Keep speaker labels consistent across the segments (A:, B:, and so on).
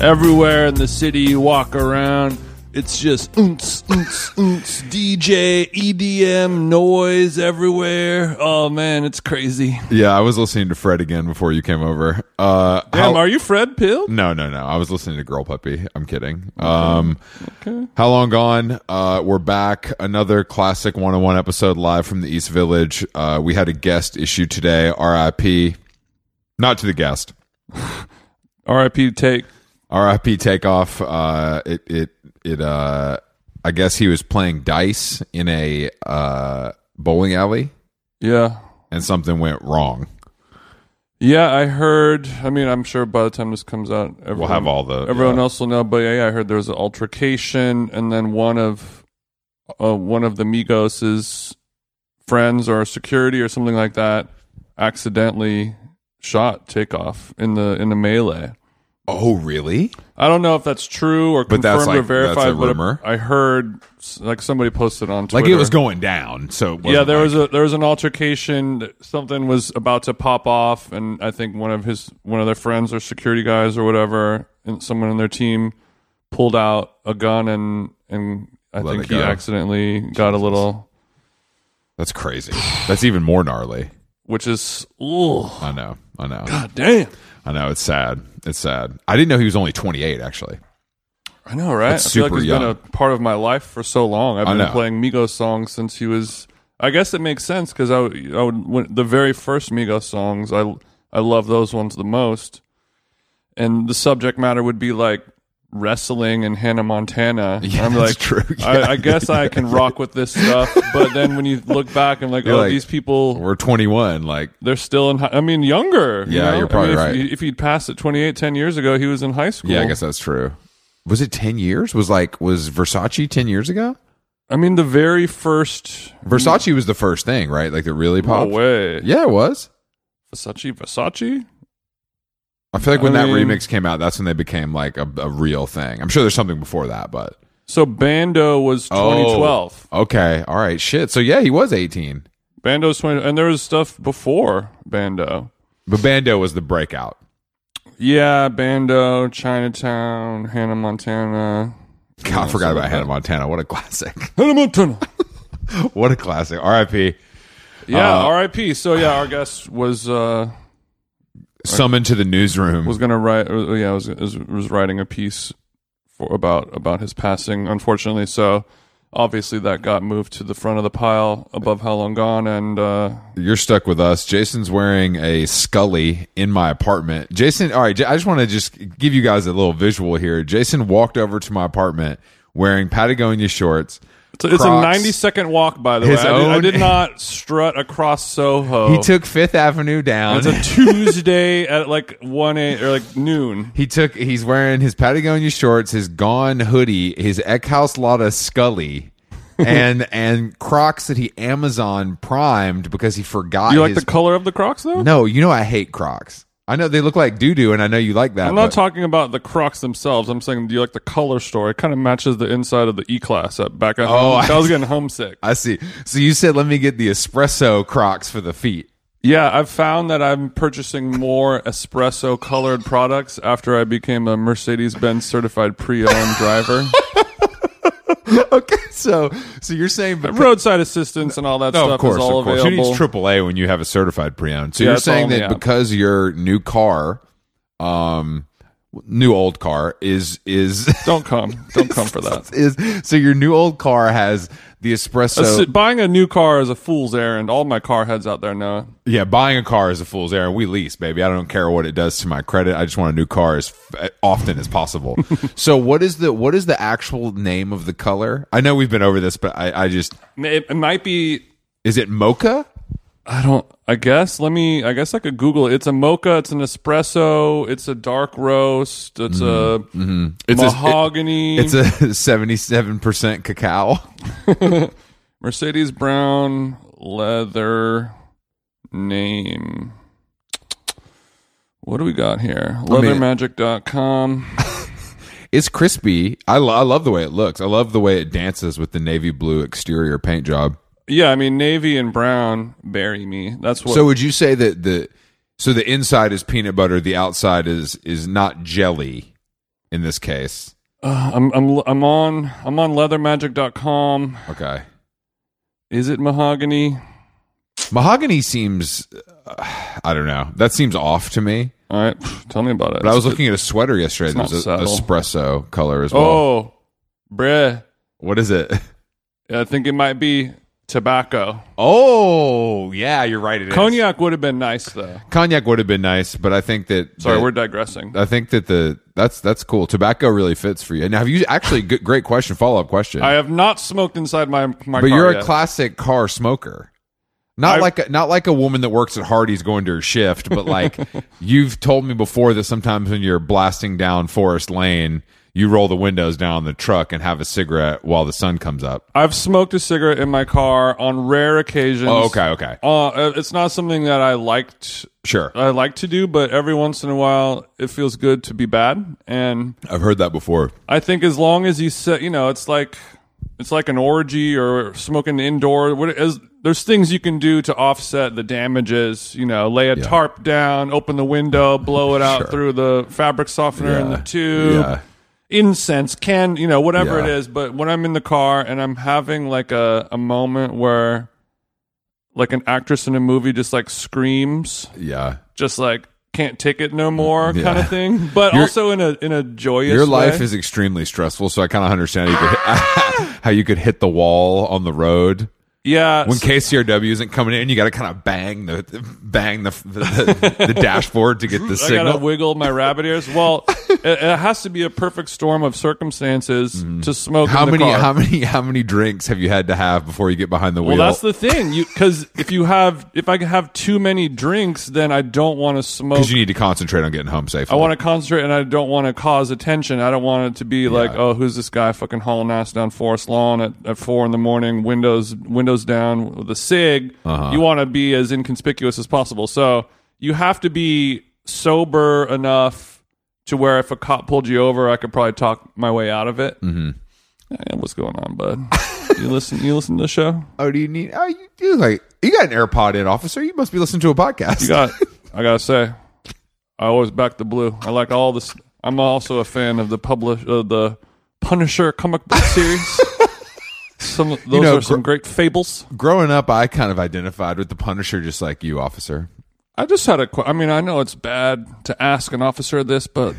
A: Everywhere in the city you walk around, it's just oonts, oonts, oonts, DJ, EDM, noise everywhere. Oh man, it's crazy.
B: Yeah, I was listening to Fred again before you came over. Uh,
A: Damn,
B: how-
A: are you Fred Pill?
B: No, no, no. I was listening to Girl Puppy. I'm kidding. Um, How long gone? Uh, we're back. Another classic one-on-one episode live from the East Village. Uh, we had a guest issue today. RIP. Not to the guest.
A: R.I.P. Take.
B: RIP takeoff. Uh, it it it. Uh, I guess he was playing dice in a uh, bowling alley,
A: Yeah.
B: and something went wrong.
A: Yeah, I heard. I mean, I'm sure by the time this comes out, everyone,
B: have all the- uh,
A: everyone
B: yeah.
A: else will know. But yeah, I heard there was an altercation, and then one of uh, one of the Migos' friends or security or something like that accidentally shot Takeoff in the in the melee.
B: Oh, really?
A: I don't know if that's true or confirmed
B: But that's
A: or
B: like- that's
A: verified.
B: a
A: but
B: rumor?
A: I heard like somebody posted on Twitter.
B: Like it was going down. So it
A: Yeah,
B: wasn't
A: there
B: like-
A: was a there was an altercation. Something was about to pop off, and I think one of his one of their friends or security guys or whatever, and someone on their team pulled out a gun, and and I
B: Let
A: think
B: it
A: he
B: go.
A: accidentally got a little,
B: That's crazy. That's even more gnarly.
A: which is oh
B: I know. I know.
A: damn,
B: I know. It's sad. It's sad. I didn't know he was only 28, actually.
A: I know, right?
B: That's
A: I feel like
B: super
A: he's been
B: young.
A: a part of my life for so long. I've
B: I
A: been
B: know.
A: playing Migos songs since he was. I guess it makes sense because I, would- I would when, the very first Migos songs I I love those ones the most, and the subject matter would be like wrestling and Hannah Montana.
B: Yeah,
A: I'm
B: that's
A: like,
B: true. Yeah.
A: I, I guess I can rock with this stuff. But then when you look back, I'm like,
B: You're
A: oh,
B: like,
A: these people
B: We're 21. Like,
A: they're still in. High, I mean, younger. you
B: Yeah,
A: know?
B: you're probably
A: I mean, if,
B: right.
A: he- If he'd passed at 28, 10 years ago, he was in high school.
B: yeah, I guess that's true. Was it 10 years? Was like, was Versace 10 years ago?
A: I mean, the very first
B: Versace was the first thing, right? Like, that really
A: No
B: popped.
A: way.
B: yeah, it was.
A: Versace, Versace.
B: I feel like when
A: I
B: that
A: mean- remix
B: remix came out, that's when they became like a, real thing. I'm sure there's something before that, but.
A: So Bando was 2012.
B: Okay. All right. Shit. So, yeah, he was 18.
A: Bando's 20, and there was stuff before Bando.
B: But Bando was the breakout.
A: Yeah, Bando, Chinatown, Hannah Montana.
B: God, I forgot about Hannah Montana. What a classic.
A: Hannah Montana.
B: what a classic. RIP.
A: Yeah,
B: Uh,
A: R.I.P. So yeah, our guest was uh
B: Summoned to the newsroom.
A: was gonna write. uh, Yeah, was was, was writing a piece for about about his passing. Unfortunately, so obviously that got moved to the front of the pile above how long gone and. uh
B: You're stuck with us. Jason's wearing a Scully in my apartment. Jason, all right, J- I just want to just give you guys a little visual here. Jason walked over to my apartment wearing Patagonia shorts.
A: It's a, it's a
B: Crocs.
A: 90 second walk, by the way.
B: His
A: I did, I
B: own-
A: did not strut across Soho.
B: He took Fifth Avenue down.
A: It's Oh. a Tuesday at like 1 a, or like noon.
B: he took. He's wearing his Patagonia shorts, his gone hoodie, his Eckhouse Lotta Scully, and and Crocs that he Amazon primed because he forgot.
A: You like
B: his,
A: the color of the Crocs, though?
B: No, you know I hate Crocs. I know they look like doo doo, and I know you like that.
A: I'm not
B: but-
A: talking about the Crocs themselves. I'm saying, do you like the color story? It kind of matches the inside of the E class at back at home.
B: Oh, I-
A: I was getting homesick.
B: I see. So you said, let me get the espresso Crocs for the feet.
A: Yeah, I've found that I'm purchasing more espresso colored products after I became a Mercedes Benz certified pre owned driver.
B: Okay, so so you're saying, but
A: Roadside assistance and all that
B: no,
A: stuff
B: of course,
A: is all
B: of course,
A: available.
B: who needs AAA when you have a certified pre-owned? So
A: Yeah,
B: you're
A: it's all
B: saying
A: in the
B: that
A: app.
B: because your new car, um, new old car is is
A: Don't come. Don't come for that.
B: is so your new old car has the espresso.
A: Assi- buying a new car is a fool's errand. All my car heads out there know.
B: yeah, buying a car is a fool's errand. We lease, baby. I don't care what it does to my credit. I just want a new car as f- often as possible. so what is the what is the actual name of the color? I know we've been over this, but I, I just
A: It, it might be.
B: Is it mocha?
A: I don't. I guess. Let me. I guess I could Google. it. It's a mocha. It's an espresso. It's a dark roast. It's a
B: Mm-hmm. It's
A: mahogany.
B: A, it's a seventy-seven percent cacao.
A: Mercedes brown leather name. What do we got here?
B: me-
A: Leathermagic.com.
B: It's crispy. I, lo- I love the way it looks. I love the way it dances with the navy blue exterior paint job.
A: Yeah, I mean navy and brown bury me. That's what
B: So would you say that the so the inside is peanut butter, the outside is is not jelly? in this case?
A: Uh, I'm I'm I'm on I'm on leathermagic.com.
B: Okay.
A: Is it mahogany?
B: Mahogany seems, uh, I don't know. That seems off to me.
A: All right, tell me about it.
B: But I was looking at a sweater yesterday.
A: It's
B: That
A: not
B: was a,
A: subtle.
B: espresso color as well.
A: Oh, bruh.
B: What is it?
A: I think it might be tobacco.
B: Oh, yeah, you're right. It is.
A: Cognac would have been nice though.
B: Cognac would have been nice, but I think that
A: Sorry,
B: that-
A: we're digressing.
B: I think that the that's that's cool. Tobacco really fits for you. Now, have you actually good, great question? Follow up question.
A: I have not smoked inside my my car
B: but you're a
A: yet.
B: classic car smoker. Not
A: I-
B: like a, not like a woman that works at Hardy's going to her shift, but like you've told me before that sometimes when you're blasting down Forest Lane, you roll the windows down on the truck and have a cigarette while the sun comes up.
A: I've smoked a cigarette in my car on rare occasions.
B: Oh, okay, okay,
A: Uh, it's not something that I liked.
B: sure.
A: I like to do, but every once in a while, it feels good to be bad. And
B: I've heard that before.
A: I think as long as you set, you know, it's like it's like an orgy or smoking indoor. What is there's things you can do to offset the damages. You know, lay a tarp down, open the window, blow it out through the fabric softener in the
B: Yeah.
A: tube.
B: Yeah.
A: Incense can, you know, whatever
B: Yeah.
A: it is. But when I'm in the car and I'm having like a, a moment where like an actress in a movie just like screams
B: Yeah.
A: just like can't take it no more
B: Yeah.
A: kind of thing but also in a in a joyous
B: Your life
A: way.
B: is extremely stressful, so I kind of understand how you, could, how you could hit the wall on the road
A: yeah
B: when KCRW isn't coming in. You got to kind of bang the bang the the, the, the dashboard to get the
A: I gotta
B: signal.
A: wiggle my rabbit ears. Well, it, it has to be a perfect storm of circumstances to smoke.
B: Mm-hmm. How
A: in the
B: many
A: car.
B: how many how many drinks have you had to have before you get behind the wheel?
A: well, that's the thing. You because if you have if I have too many drinks, then I don't want to smoke.
B: 'Cause you need to concentrate on getting home safely.
A: I want to concentrate, and I don't want to cause attention. I don't want it to be like, oh, who's this guy fucking hauling ass down Forest Lawn at, at four in the morning, windows windows down with a sig. You want to be as inconspicuous as possible. So you have to be sober enough to where if a cop pulled you over, I could probably talk my way out of it. Mm-hmm. what's going on, bud? you listen. You listen to the show.
B: Oh, do you need? Oh, you do like you got an AirPod in, officer. You must be listening to a podcast.
A: You got. I gotta say, I always back the blue. I like all this. I'm also a fan of the publish uh, the Punisher comic book series. some those
B: know,
A: are some great fables.
B: Growing up, I kind of identified with the Punisher, just like you, officer.
A: I just had a. que- I mean, I know it's bad to ask an officer this, but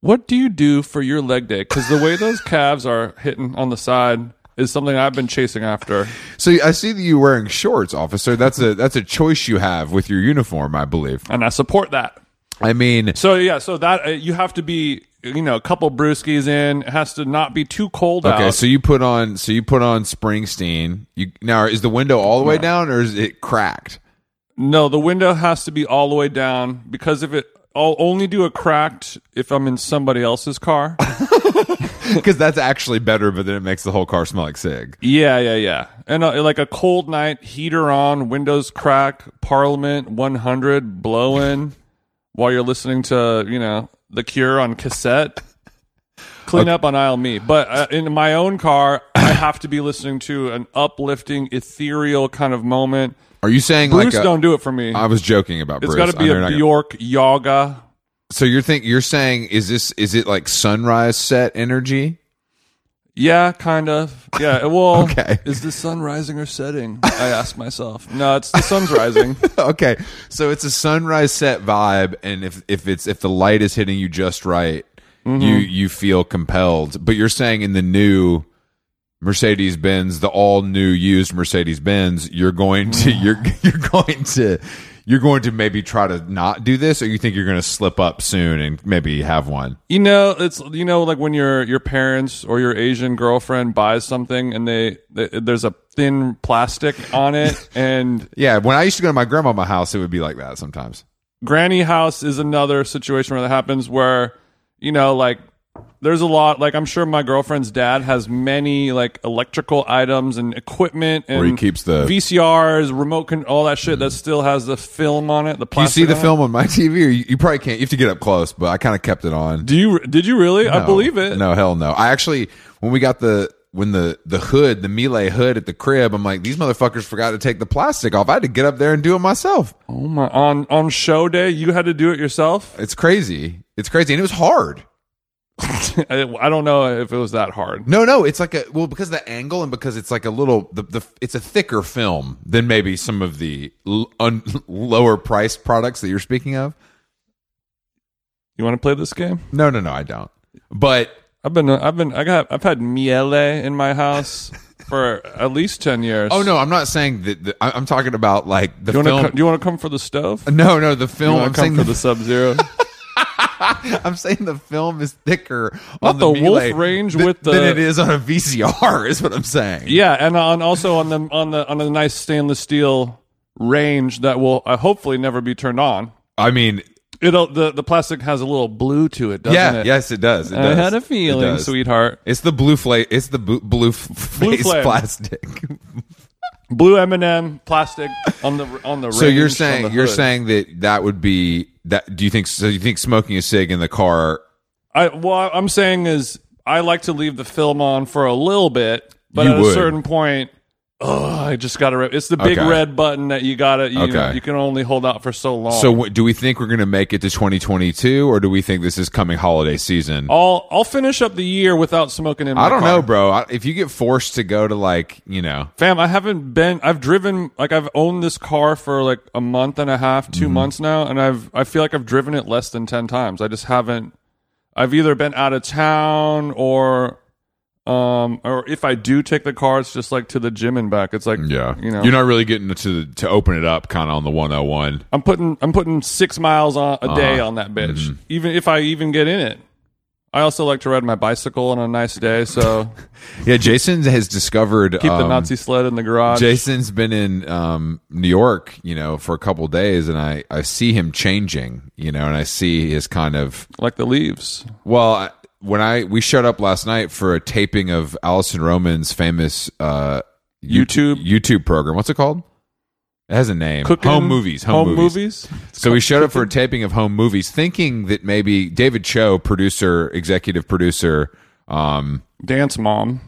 A: what do you do for your leg day? Because the way those calves are hitting on the side is something I've been chasing after.
B: So I see that you're wearing shorts, officer. That's a that's a choice you have with your uniform, I believe.
A: and I support that.
B: I mean,
A: So yeah, so that uh, you have to be, you know, a couple brewskis in. It has to not be too cold out.
B: okay. So you put on so you put on Springsteen. You now is the window all the way down or is it cracked?
A: No, the window has to be all the way down because if it, I'll only do a cracked if I'm in somebody else's car.
B: Because that's actually better, but then it makes the whole car smell like sig.
A: yeah, yeah, yeah. And uh, like a cold night, heater on, windows crack, Parliament 100 blowing while you're listening to, you know, The Cure on cassette. Clean up on aisle me. But uh, in my own car, I have to be listening to an uplifting, ethereal kind of moment.
B: Are you saying
A: Bruce,
B: like a-
A: don't do it for me.
B: I was joking about
A: it's
B: Bruce.
A: got to be
B: I know you're
A: a
B: not gonna-
A: Bjork Yaga.
B: so you're think you're saying is this is it like sunrise set energy?
A: Yeah, kind of. Yeah, uh, well,
B: Okay.
A: is the sun rising or setting? I asked myself. No, it's the sun's rising.
B: okay, so it's a sunrise set vibe, and if if it's if the light is hitting you just right, you you feel compelled. But you're saying in the new Mercedes Benz, the all new used Mercedes Benz, you're going to you're you're going to you're going to maybe try to not do this, or you think you're going to slip up soon and maybe have one.
A: You know, it's you know like when your your parents or your Asian girlfriend buys something and they, they there's a thin plastic on it and
B: Yeah, when I used to go to my grandma's house, it would be like that sometimes.
A: granny house is another situation where that happens where you know like there's a lot like i'm sure my girlfriend's dad has many like electrical items and equipment and
B: he keeps the-
A: vcrs remote con- all that shit that still has the film on it the
B: Do you
A: plastic
B: see the
A: on it.
B: film on my TV? Or you, you probably can't. You have to get up close, but I kind of kept it on.
A: do you did you really i
B: No.
A: believe it
B: No, hell no. I actually when we got the when the the hood, the melee hood at the crib, I'm like, these motherfuckers forgot to take the plastic off. I had to get up there and do it myself.
A: oh my on on show day you had to do it yourself
B: It's crazy. It's crazy. And it was hard.
A: I, I don't know if it was that hard.
B: No, no, it's like a well because of the angle and because it's like a little the, the it's a thicker film than maybe some of the l- un, lower priced products that you're speaking of.
A: You want to play this game?
B: No, no, no, I don't. But
A: I've been I've been I got I've had miele in my house for at least ten years.
B: oh no, I'm not saying that. The, I- I'm talking about like the
A: Do you want
B: film.
A: to do you want to come for the stove?
B: no, no, the
A: You
B: film.
A: want
B: I'm
A: to come
B: saying
A: for
B: the,
A: the Sub Zero?
B: I'm saying the film is thicker
A: Not
B: on
A: the
B: the,
A: Wolf
B: Miele
A: range
B: th-
A: with
B: than
A: the-
B: it is on a VCR. Is what I'm saying.
A: yeah, and on also on the on the on a nice stainless steel range that will uh, hopefully never be turned on.
B: I mean,
A: It'll the, the plastic has a little blue to it, doesn't
B: yeah,
A: it?
B: yes, it does. It
A: I
B: does.
A: had a
B: It
A: feeling,
B: does.
A: sweetheart.
B: It's the blue flake. It's the bu- blue, f- face
A: flame.
B: plastic.
A: Blue M and M plastic on the on the.
B: so
A: range,
B: you're
A: on the
B: saying you're
A: hood.
B: saying that that would be that? Do you think so? You think smoking a cig in the car?
A: I well, I'm saying is I like to leave the film on for a little bit, but
B: You
A: at a
B: would.
A: certain point, oh, I just got to. Re- it's the big
B: Okay.
A: red button that you got to. You,
B: Okay.
A: you can only hold out for so long.
B: So what, do we think we're going to make it to 2022, or do we think this is coming holiday season?
A: I'll I'll finish up the year without smoking in. My
B: I don't
A: car.
B: know, bro. I, if you get forced to go to like you know,
A: Fam, I haven't been. I've driven like I've owned this car for like a month and a half,
B: Mm-hmm.
A: 2 months now, and I've I feel like I've driven it less than ten times. I just haven't. I've either been out of town or, um, or if I do take the car, it's just like to the gym and back. It's like
B: yeah,
A: you know,
B: you're not really getting to to open it up, kind of on the 101.
A: I'm putting I'm putting six miles on, a day
B: Ah.
A: on that bitch,
B: Mm-hmm.
A: even if I even get in it. I also like to ride my bicycle on a nice day, so
B: Yeah, Jason has discovered
A: keep the
B: um,
A: Nazi sled in the garage.
B: Jason's been in um, New York, you know, for a couple days, and I, I see him changing, you know, and I see his kind of
A: like the leaves.
B: well. I, when I we showed up last night for a taping of Allison Roman's famous uh,
A: YouTube?
B: YouTube program, what's it called? It has a name.
A: Cooking-
B: home movies. Home, movies. So we showed up for a taping of home movies, thinking that maybe David Cho, producer, executive producer, um,
A: Dance mom.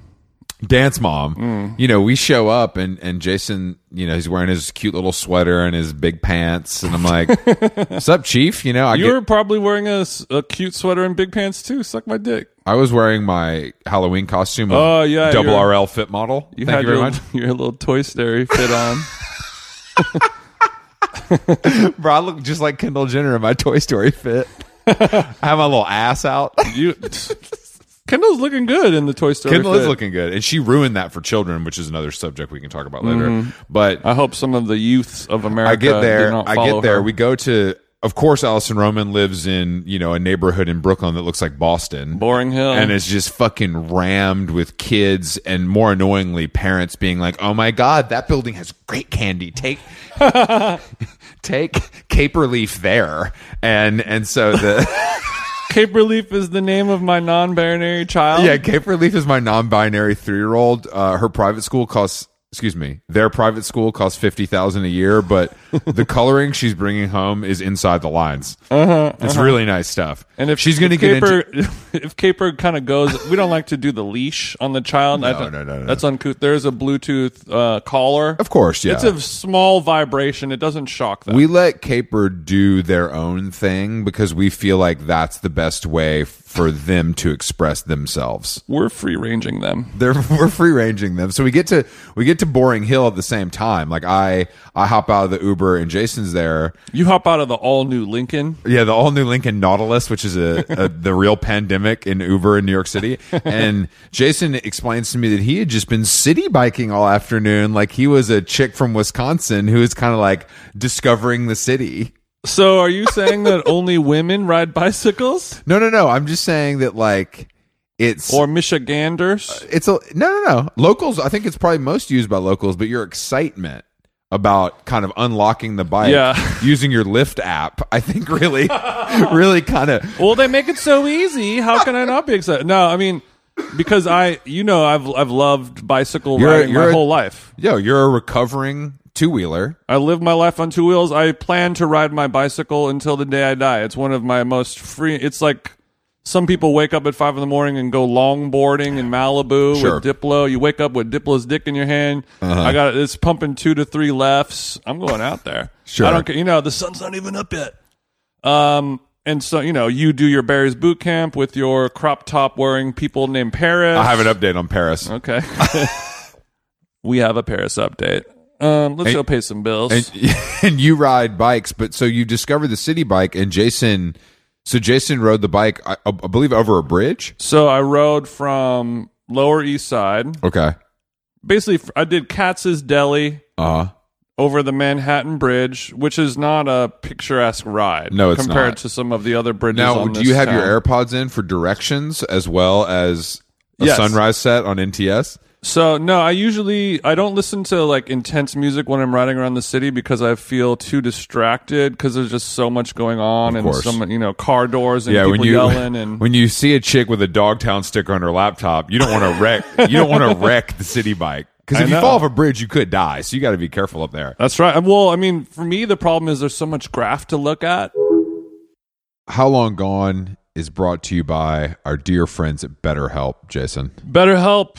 B: dance mom you know we show up and and jason you know he's wearing his cute little sweater and his big pants and i'm like what's up chief you know i
A: You
B: get,
A: were probably wearing a, s- a cute sweater and big pants too. Suck my dick.
B: i was wearing my halloween costume of
A: Oh, yeah,
B: double
A: you're-
B: rl fit model
A: You
B: thank
A: had
B: you very
A: your,
B: much
A: your little Toy Story fit on.
B: bro i look just like kendall jenner in my toy story fit i have my little ass out
A: You Kendall's looking good in the Toy Story.
B: kendall is
A: fit.
B: looking good and she ruined that for children which is another subject we can talk about later but
A: I hope some of the youths of America.
B: I get
A: Did
B: there.
A: uh, not
B: I
A: follow
B: get there.
A: her.
B: We go to, of course, Allison Roman lives in you know a neighborhood in Brooklyn that looks like Boston,
A: Boring Hill.
B: and it's just fucking rammed with kids, and more annoyingly, parents being like, "Oh my god, that building has great candy. Take, take caper leaf there." And and so the
A: Cape Relief is the name of my non-binary child.
B: yeah, caper leaf is my non-binary three-year-old. Uh, her private school costs. Excuse me. Their private school costs fifty thousand a year, but the coloring she's bringing home is inside the lines. It's really nice stuff.
A: Uh-huh, And if
B: she's going to
A: if
B: get
A: Caper,
B: into,
A: if Caper kind of goes, we don't like to do the leash on the child. I
B: No,
A: don't-
B: no, no, no.
A: That's uncouth. There's a Bluetooth uh, collar.
B: of course, yeah.
A: It's a small vibration. It doesn't shock them.
B: we let Caper do their own thing because we feel like that's the best way for them to express themselves.
A: We're free ranging them.
B: they're we're free ranging them. So we get to we get to Boring Hill at the same time. Like I I hop out of the Uber and Jason's there.
A: You hop out of the all new Lincoln.
B: Yeah, the all new Lincoln Nautilus, which is a, a the real pandemic in Uber in New York City. And Jason explains to me that he had just been city biking all afternoon. Like he was a chick from Wisconsin who is kind of like discovering the city.
A: So are you saying that only women ride bicycles
B: No, no, no. I'm just saying that like it's
A: or Michiganders?
B: it's a no no no locals i think it's probably most used by locals but your excitement about kind of unlocking the bike
A: Yeah.
B: using your lyft app i think really really kind of
A: Well, they make it so easy. How can I not be excited? No, I mean because I, you know, I've I've loved bicycle
B: You're a-
A: riding
B: you're
A: my
B: a-
A: whole life.
B: yo you're a recovering two-wheeler
A: I live my life on two wheels. I plan to ride my bicycle until the day I die. It's one of my most free. It's like some people wake up at five in the morning and go longboarding in Malibu
B: Sure. Uh-huh.
A: with Diplo. You wake up with Diplo's dick in your hand. I got it's pumping two to three lefts. I'm going out there.
B: Sure.
A: I don't care. You know the sun's not even up yet. Um, and so you know you do your Barry's boot camp with your crop top wearing people named Paris.
B: I have an update on Paris.
A: Okay. we have a Paris update. Um, let's
B: And-
A: go pay some bills.
B: And, and you ride bikes, but so you discovered the city bike, and Jason. So Jason rode the bike, I, I believe, over a bridge.
A: so I rode from Lower East Side.
B: Okay.
A: Basically, f- I did Katz's Deli
B: Uh huh.
A: over the Manhattan Bridge, which is not a picturesque ride.
B: No, it's
A: compared
B: not.
A: to some of the other bridges.
B: Now,
A: on
B: do
A: this
B: you have
A: town.
B: your AirPods in for directions as well as a
A: Yes.
B: sunrise set on NTS?
A: So no, I usually I don't listen to like intense music when I'm riding around the city because I feel too distracted because there's just so much going on and
B: course.
A: so much, you know car doors and people
B: when you
A: yelling and
B: when you see a chick with a Dogtown sticker on her laptop, you don't want to wreck. you don't want to wreck the city bike because
A: I
B: if you
A: know.
B: fall off a bridge, you could die. So you got to be careful up there.
A: that's right. Well, I mean, for me the problem is there's so much graph to look at.
B: How long gone is brought to you by our dear friends at BetterHelp, Jason.
A: BetterHelp,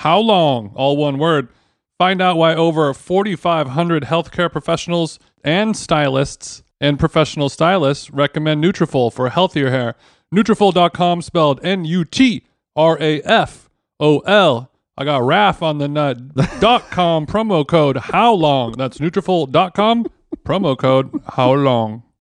A: how long? All one word. Find out why over 4,500 healthcare professionals and stylists and professional stylists recommend Nutrafol for healthier hair. Nutrafol.com spelled N-U-T-R-A-F-O-L. I got RAF on the nut. dot com promo code how long? That's Nutrafol.com promo code how long?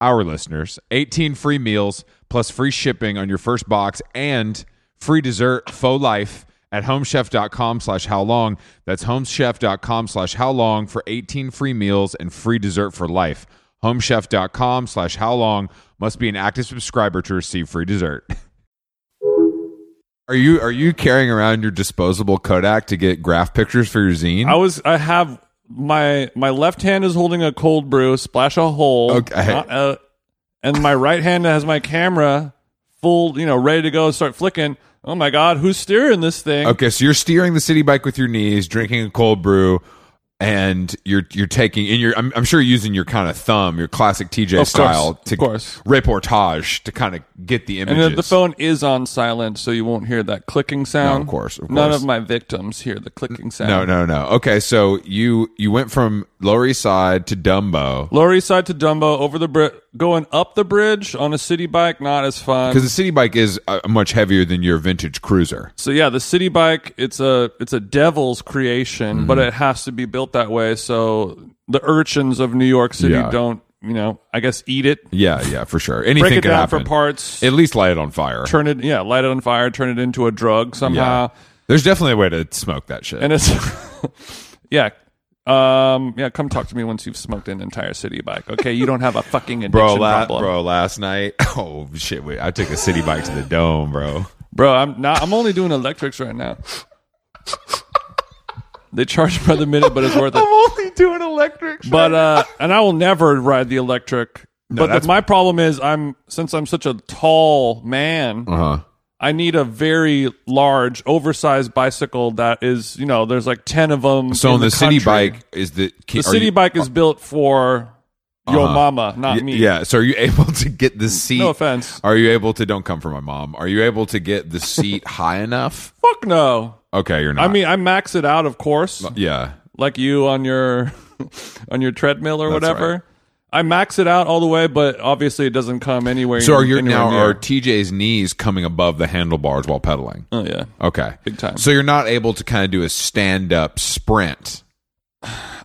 B: our listeners 18 free meals plus free shipping on your first box and free dessert faux life at homechef.com slash how long that's homechef.com slash how long for 18 free meals and free dessert for life homechef.com slash how long must be an active subscriber to receive free dessert are you are you carrying around your disposable kodak to get graph pictures for your zine
A: I was. I have my my left hand is holding a cold brew, splash a hole.
B: Okay.
A: not a- and my right hand has my camera full, you know, ready to go. Start flicking. Oh my god, who's steering this thing?
B: Okay, so you're steering the city bike with your knees, drinking a cold brew, and you're you're taking and you're I'm, I'm sure you're using your kind of thumb, your classic TJ
A: Of course,
B: style
A: of
B: to
A: course.
B: reportage to kind of get the
A: And
B: images.
A: then the phone is on silent, so you won't hear that clicking sound.
B: course, of
A: None
B: course.
A: of my victims hear the clicking sound.
B: no, no, no. Okay, so you you went from Lower East Side to Dumbo
A: Lower East Side to Dumbo, over the bri- going up the bridge on a city bike, not as fun.
B: because the city bike is uh, much heavier than your vintage cruiser.
A: So yeah, the city bike it's a it's a devil's creation, but
B: Mm-hmm.
A: it has to be built that way so the urchins of New York City
B: Yeah.
A: don't, you know, I guess eat it,
B: Yeah, yeah, for sure. Anything
A: break it
B: could
A: down
B: happen.
A: for parts,
B: At least light it on fire.
A: turn it yeah, light it on fire, turn it into a drug somehow.
B: yeah. There's definitely a way to smoke that shit.
A: And it's yeah. Um yeah, come talk to me once you've smoked an entire city bike. Okay, you don't have a fucking addiction
B: bro, la-
A: problem.
B: bro, last night. Oh shit! Wait, I took a city bike to the dome, bro.
A: Bro, I'm not. I'm only doing electrics right now. they charge by the minute, but it's worth it. I'm only doing electrics. But uh, and I will never ride the electric. but
B: that's-
A: the, my problem is, I'm since I'm such a tall man,
B: Uh huh.
A: I need a very large, oversized bicycle that is, you know, there's like ten of them.
B: So
A: in
B: the, city
A: country.
B: bike is the
A: the city bike is built for your
B: uh, Uh-huh.
A: mama, not me.
B: Yeah. Uh, So are you able to get the seat?
A: No offense.
B: Are you able to? Don't come for my mom. Are you able to get the seat high enough?
A: Fuck no.
B: Okay, you're not.
A: I mean, I max it out, of course.
B: yeah.
A: like you on your on your treadmill or whatever.
B: right.
A: I max it out all the way, but obviously it doesn't come anywhere.
B: So are your
A: anywhere
B: now
A: near.
B: are TJ's knees coming above the handlebars while pedaling?
A: oh yeah,
B: Okay.
A: big time.
B: So you're not able to kind of do a stand up sprint.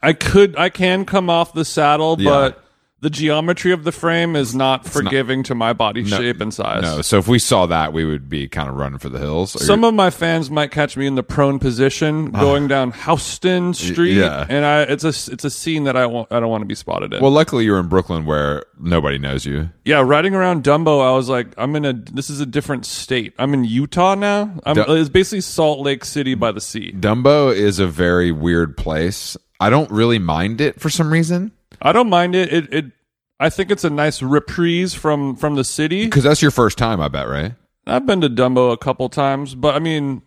A: I could I can come off the saddle,
B: Yeah.
A: but the geometry of the frame is not forgiving to my body shape and size.
B: No. So if we saw that, we would be kind of running for the hills. Or you're-
A: Some of my fans might catch me in the prone position going down Houston Street,
B: Ah. yeah.
A: and I it's a it's a scene that I want I don't want to be spotted in.
B: well, luckily you're in Brooklyn where nobody knows you.
A: Yeah, riding around Dumbo, I was like, I'm in a. This is a different state. I'm in Utah now. I'm,
B: Du-
A: it's basically Salt Lake City by the sea.
B: Dumbo is a very weird place. I don't really mind it for some reason
A: I don't mind it. It, it I think it's a nice reprise from from the city.
B: because that's your first time, I bet, right?
A: I've been to Dumbo a couple times, but I mean,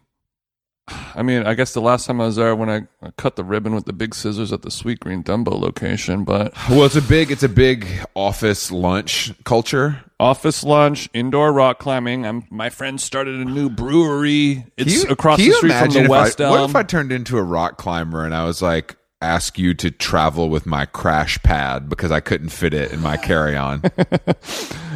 A: I mean, I guess the last time I was there when I, I cut the ribbon with the big scissors at the Sweet Green Dumbo location. But
B: Well, it's a big, it's a big office lunch culture.
A: office lunch, indoor rock climbing. I'm, my friend started a new brewery.
B: Can
A: It's
B: you-
A: across
B: can
A: the
B: you
A: street from
B: imagine
A: the
B: if
A: West
B: I,
A: Elm.
B: What if I turned into a rock climber and I was like, ask you to travel with my crash pad because I couldn't fit it in my carry on?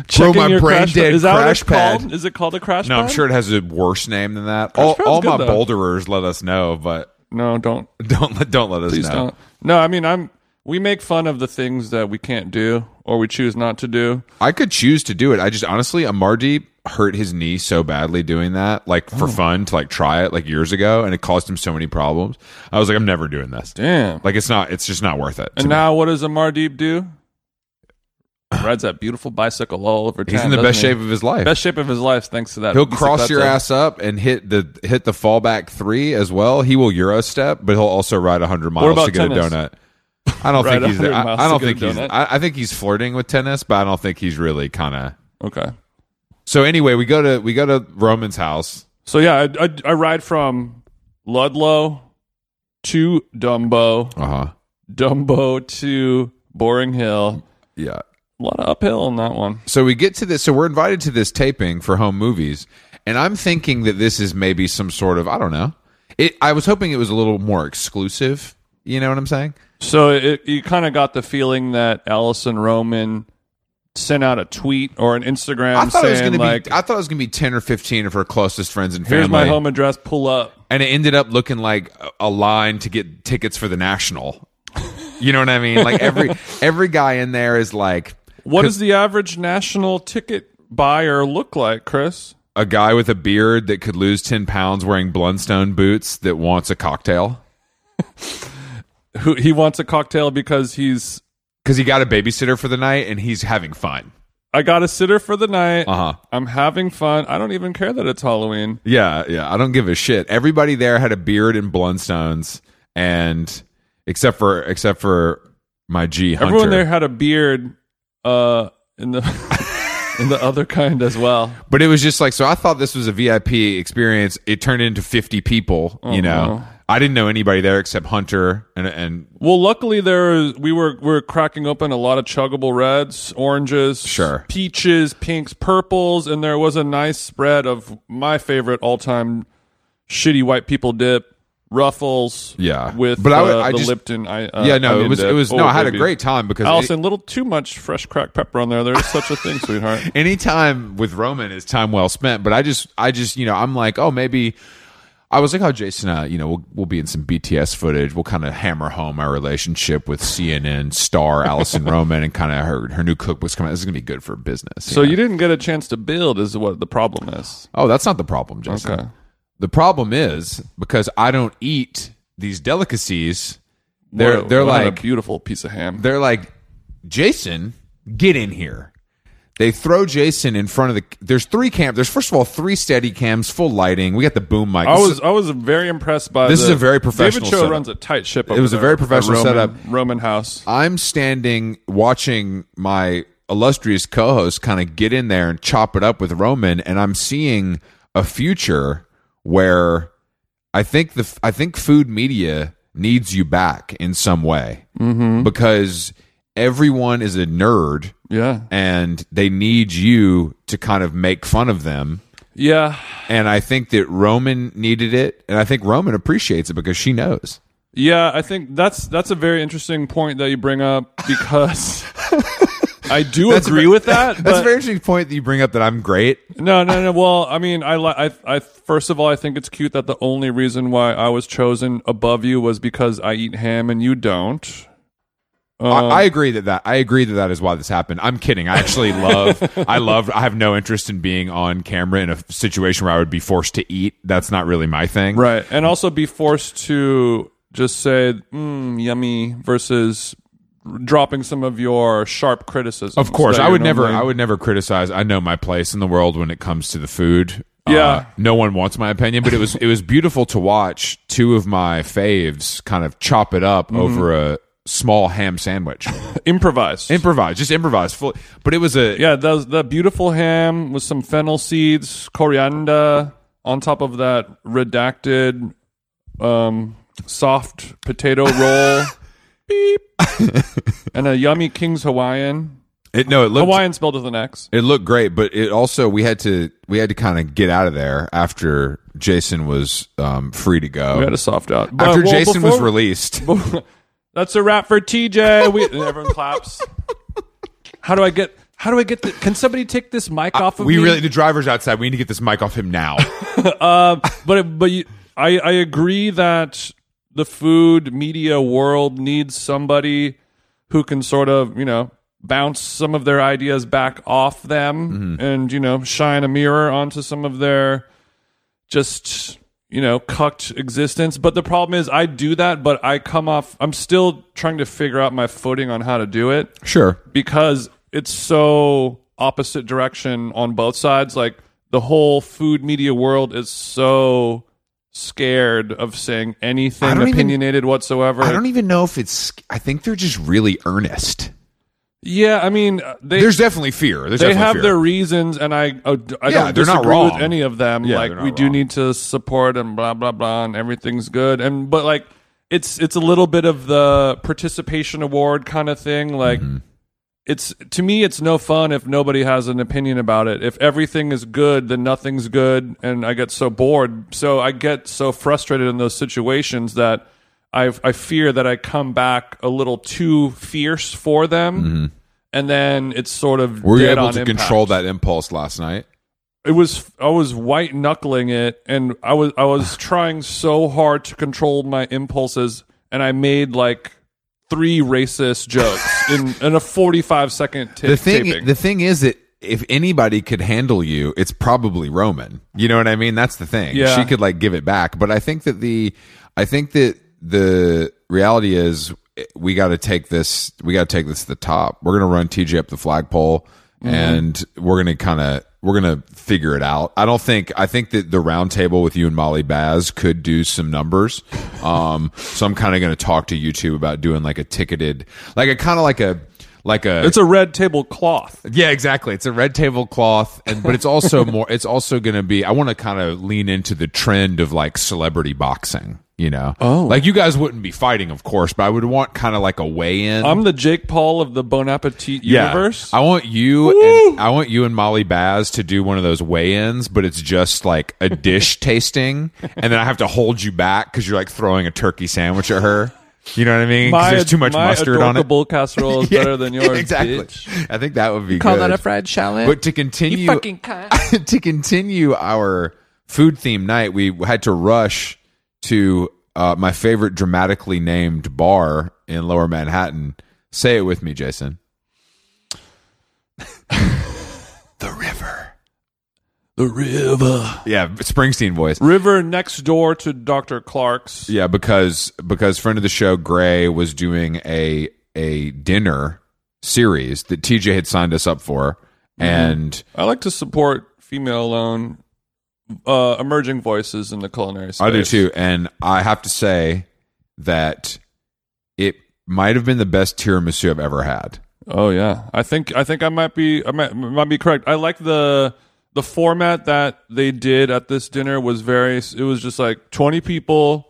A: checking
B: my
A: your
B: brain
A: crash
B: dead
A: pad. Is that
B: crash
A: what it's
B: pad.
A: called? Is it called a crash
B: no,
A: pad?
B: I'm sure it has a worse name than that. All,
A: pad's
B: all
A: good,
B: my
A: though.
B: boulderers let us know, but
A: No, don't.
B: don't let don't let us
A: Please
B: know.
A: don't. No, I mean, I'm. We make fun of the things that we can't do or we choose not to do.
B: I could choose to do it. I just honestly, Amardi hurt his knee so badly doing that, like
A: Oh.
B: for fun to like try it like years ago, and it caused him so many problems. I was like, I'm never doing this.
A: Damn.
B: Like it's not, it's just not worth it. to
A: and
B: me.
A: now, what does Amardeep do? Rides that beautiful bicycle all over town.
B: he's in the
A: doesn't
B: best
A: he?
B: shape of his life.
A: Best shape of his life, thanks to that.
B: he'll
A: piece of
B: cross your
A: klepto.
B: ass up and hit the hit the fallback three as well. He will euro step, but he'll also ride hundred miles
A: about
B: to get
A: tennis?
B: a donut. I don't
A: Ride
B: think he's.
A: 100
B: there. I,
A: miles
B: I
A: to
B: don't
A: get a
B: think he's.
A: donut?
B: I, I think he's flirting with tennis, but I don't think he's really kind of.
A: Okay.
B: So anyway, we go to we go to Roman's house.
A: So yeah, I, I, I ride from Ludlow to Dumbo,
B: Uh huh.
A: Dumbo to Boring Hill.
B: Yeah.
A: A lot of uphill on that one.
B: So we get to this. So we're invited to this taping for home movies, and I'm thinking that this is maybe some sort of I don't know. It. I was hoping it was a little more exclusive. You know what I'm saying?
A: So it, you kind of got the feeling that Allison Roman sent out a tweet or an Instagram
B: I thought it was
A: saying
B: going
A: like,
B: to be. I thought it was going to be ten or fifteen of her closest friends and family.
A: "Here's my home address. Pull up."
B: and it ended up looking like a- a line to get tickets for the national. You know what I mean? Like every every guy in there is like,
A: What does the average national ticket buyer look like, Chris?
B: A guy with a beard that could lose 10 pounds wearing Blundstone boots that wants a cocktail
A: Who he wants a cocktail because he's
B: because he got a babysitter for the night and he's having fun.
A: I got a sitter for the night.
B: Uh huh.
A: I'm having fun. I don't even care that it's Halloween.
B: Yeah, yeah. I don't give a shit. Everybody there had a beard and Blundstones, and except for except for my G Hunter.
A: Everyone there had a beard uh in the in the other kind as well.
B: But it was just like so. I thought this was a VIP experience. It turned into fifty people. you
A: Uh-huh.
B: know, I didn't know anybody there except Hunter and and
A: Well, luckily there is- we were we were cracking open a lot of chuggable reds, oranges,
B: Sure.
A: peaches, pinks, purples, and there was a nice spread of my favorite all time shitty white people dip, ruffles.
B: Yeah.
A: with
B: But
A: but
B: I
A: I,
B: would-
A: the
B: I just-
A: Lipton. I, uh,
B: yeah. No, it
A: onion
B: was
A: dip.
B: it was no.
A: Oh,
B: I had a
A: baby.
B: great time because it-
A: Allison, a little too much fresh cracked pepper on there. There's such a thing, sweetheart.
B: any time with Roman is time well spent. But I just, I just, you know, I'm like, oh, maybe. I was like, oh, Jason, uh, you know, we'll, we'll be in some BTS footage. We'll kind of hammer home our relationship with CNN star Allison Roman and kind of her her new cookbook's coming out. This is going to be good for business.
A: So
B: know?
A: you didn't get a chance to build, is what the problem is.
B: oh, that's not the problem, Jason.
A: Okay.
B: The problem is because I don't eat these delicacies. They're
A: What a-
B: they're
A: what a
B: like
A: beautiful piece of ham.
B: they're like, Jason, get in here. They throw Jason in front of the. There's three cam. There's first of all three steady cams, full lighting. We got the boom mic.
A: I
B: This
A: was
B: is-
A: I was very impressed by
B: This
A: the-
B: is a very professional
A: David Cho
B: setup.
A: runs a tight ship.
B: It was a very professional
A: Roman,
B: setup.
A: Roman house.
B: I'm standing watching my illustrious co-host kind of get in there and chop it up with Roman, and I'm seeing a future where I think the I think food media needs you back in some way
A: Mm-hmm.
B: because everyone is a nerd
A: Yeah,
B: and they need you to kind of make fun of them.
A: yeah,
B: And I think that Roman needed it, and I think Roman appreciates it because she knows.
A: yeah. I think that's that's a very interesting point that you bring up because I do
B: That's
A: agree
B: ve-
A: with that.
B: That's
A: but
B: a very interesting point that you bring up. That I'm great.
A: no, no, no. Well, I mean, I, li- I I first of all, I think it's cute that the only reason why I was chosen above you was because I eat ham and you don't.
B: I, I agree that that I agree that that is why this happened. I'm kidding. I actually love. I love. I have no interest in being on camera in a situation where I would be forced to eat. That's not really my thing.
A: Right. And also be forced to just say, mm, yummy, versus dropping some of your sharp criticism.
B: Of course, I would never. I would never criticize. I know my place in the world when it comes to the food. Uh,
A: Yeah.
B: no one wants my opinion, but it was it was beautiful to watch two of my faves kind of chop it
A: Mm-hmm.
B: up over a small ham sandwich.
A: improvise.
B: improvise, just improvise. Fully. But it was a
A: yeah, the, the beautiful ham with some fennel seeds, coriander, on top of that redacted um, soft potato roll. Beep. and a yummy King's Hawaiian.
B: it, no. It looked
A: Hawaiian spelled with an X.
B: it looked great, but it also we had to we had to kind of get out of there after Jason was um, free to go.
A: We had a soft out. But,
B: after
A: well,
B: Jason was
A: before-
B: released,
A: That's a wrap for TJ. We, and everyone claps. How do I get? How do I get? The, can somebody take this mic off of
B: we
A: me?
B: really the driver's outside. We need to get this mic off him now.
A: But but you, I I agree that the food media world needs somebody who can sort of you know bounce some of their ideas back off them
B: Mm-hmm.
A: and you know shine a mirror onto some of their just you know cucked existence but the problem is i do that but i come off i'm still trying to figure out my footing on how to do it
B: sure.
A: because it's so opposite direction on both sides. Like the whole food media world is so scared of saying
B: I
A: anything
B: don't even-
A: opinionated whatsoever.
B: I don't e-, even know if it's. I think they're just really earnest.
A: yeah, I mean, uh, they
B: There's definitely fear. There's
A: they
B: definitely
A: have
B: fear.
A: their reasons, and I uh, d- I
B: Yeah,
A: don't
B: they're not
A: disagree
B: wrong.
A: with any of them.
B: Yeah,
A: like
B: they're not
A: we do
B: wrong.
A: need to support and blah blah blah, and everything's good. And but like it's it's a little bit of the participation award kind of thing. Like
B: Mm-hmm.
A: it's to me, it's no fun if nobody has an opinion about it. If everything is good, then nothing's good, and I get so bored. So I get so frustrated in those situations that. I, I fear that I come back a little too fierce for them, and then it's sort of
B: Mm-hmm. Were you
A: dead
B: able
A: on
B: to
A: impact.
B: control that impulse last night?
A: It was I was white knuckling it, and I was I was trying so hard to control my impulses, and I made like three racist jokes in, in a 45 second ta-
B: the thing
A: taping.
B: the thing is that if anybody could handle you it's probably roman you know what i mean that's the thing
A: Yeah.
B: she could like give it back but i think that the i think that the reality is eh, we got to take this we got to take this to the top we're going to run tj up the flagpole
A: Mm-hmm.
B: and we're going to kind of we're going to figure it out i don't think i think that the round table with you and molly baz could do some numbers um so i'm kind of going to talk to you two about doing like a ticketed like a kind of like a like a
A: it's a red table cloth.
B: yeah, exactly. It's a red tablecloth, and but it's also more. It's also going to be. I want to kind of lean into the trend of like celebrity boxing. You know, oh, like you guys wouldn't be fighting, of course, but I would want kind of like a weigh in.
A: I'm the Jake Paul of the Bon Appetit universe.
B: I want you and I want you and Molly Baz to do one of those weigh-ins, but it's just like a dish tasting, and then I have to hold you back because you're like throwing a turkey sandwich at her. You know what I mean? 'Cause there's too much
A: my
B: mustard on it.
A: adorkable casserole is better than yours.
B: exactly.
A: bitch.
B: I think that would be
C: Call
B: good.
C: that a fried shallot?
B: But to continue,
C: fucking cunt.
B: to continue our food theme night, we had to rush to uh, my favorite dramatically named bar in Lower Manhattan. Say it with me, Jason. the river.
A: The river.
B: Yeah, Springsteen voice.
A: River next door to Dr. Clark's.
B: Yeah, because because friend of the show Gray was doing a a dinner series that TJ had signed us up for, and
A: I like to support female owned uh, emerging voices in the culinary space.
B: I do too, and I have to say that it might have been the best tiramisu I've ever had.
A: Oh yeah, I think I think I might be I might, might be correct. I like the the format that they did at this dinner was very. It was just like twenty people,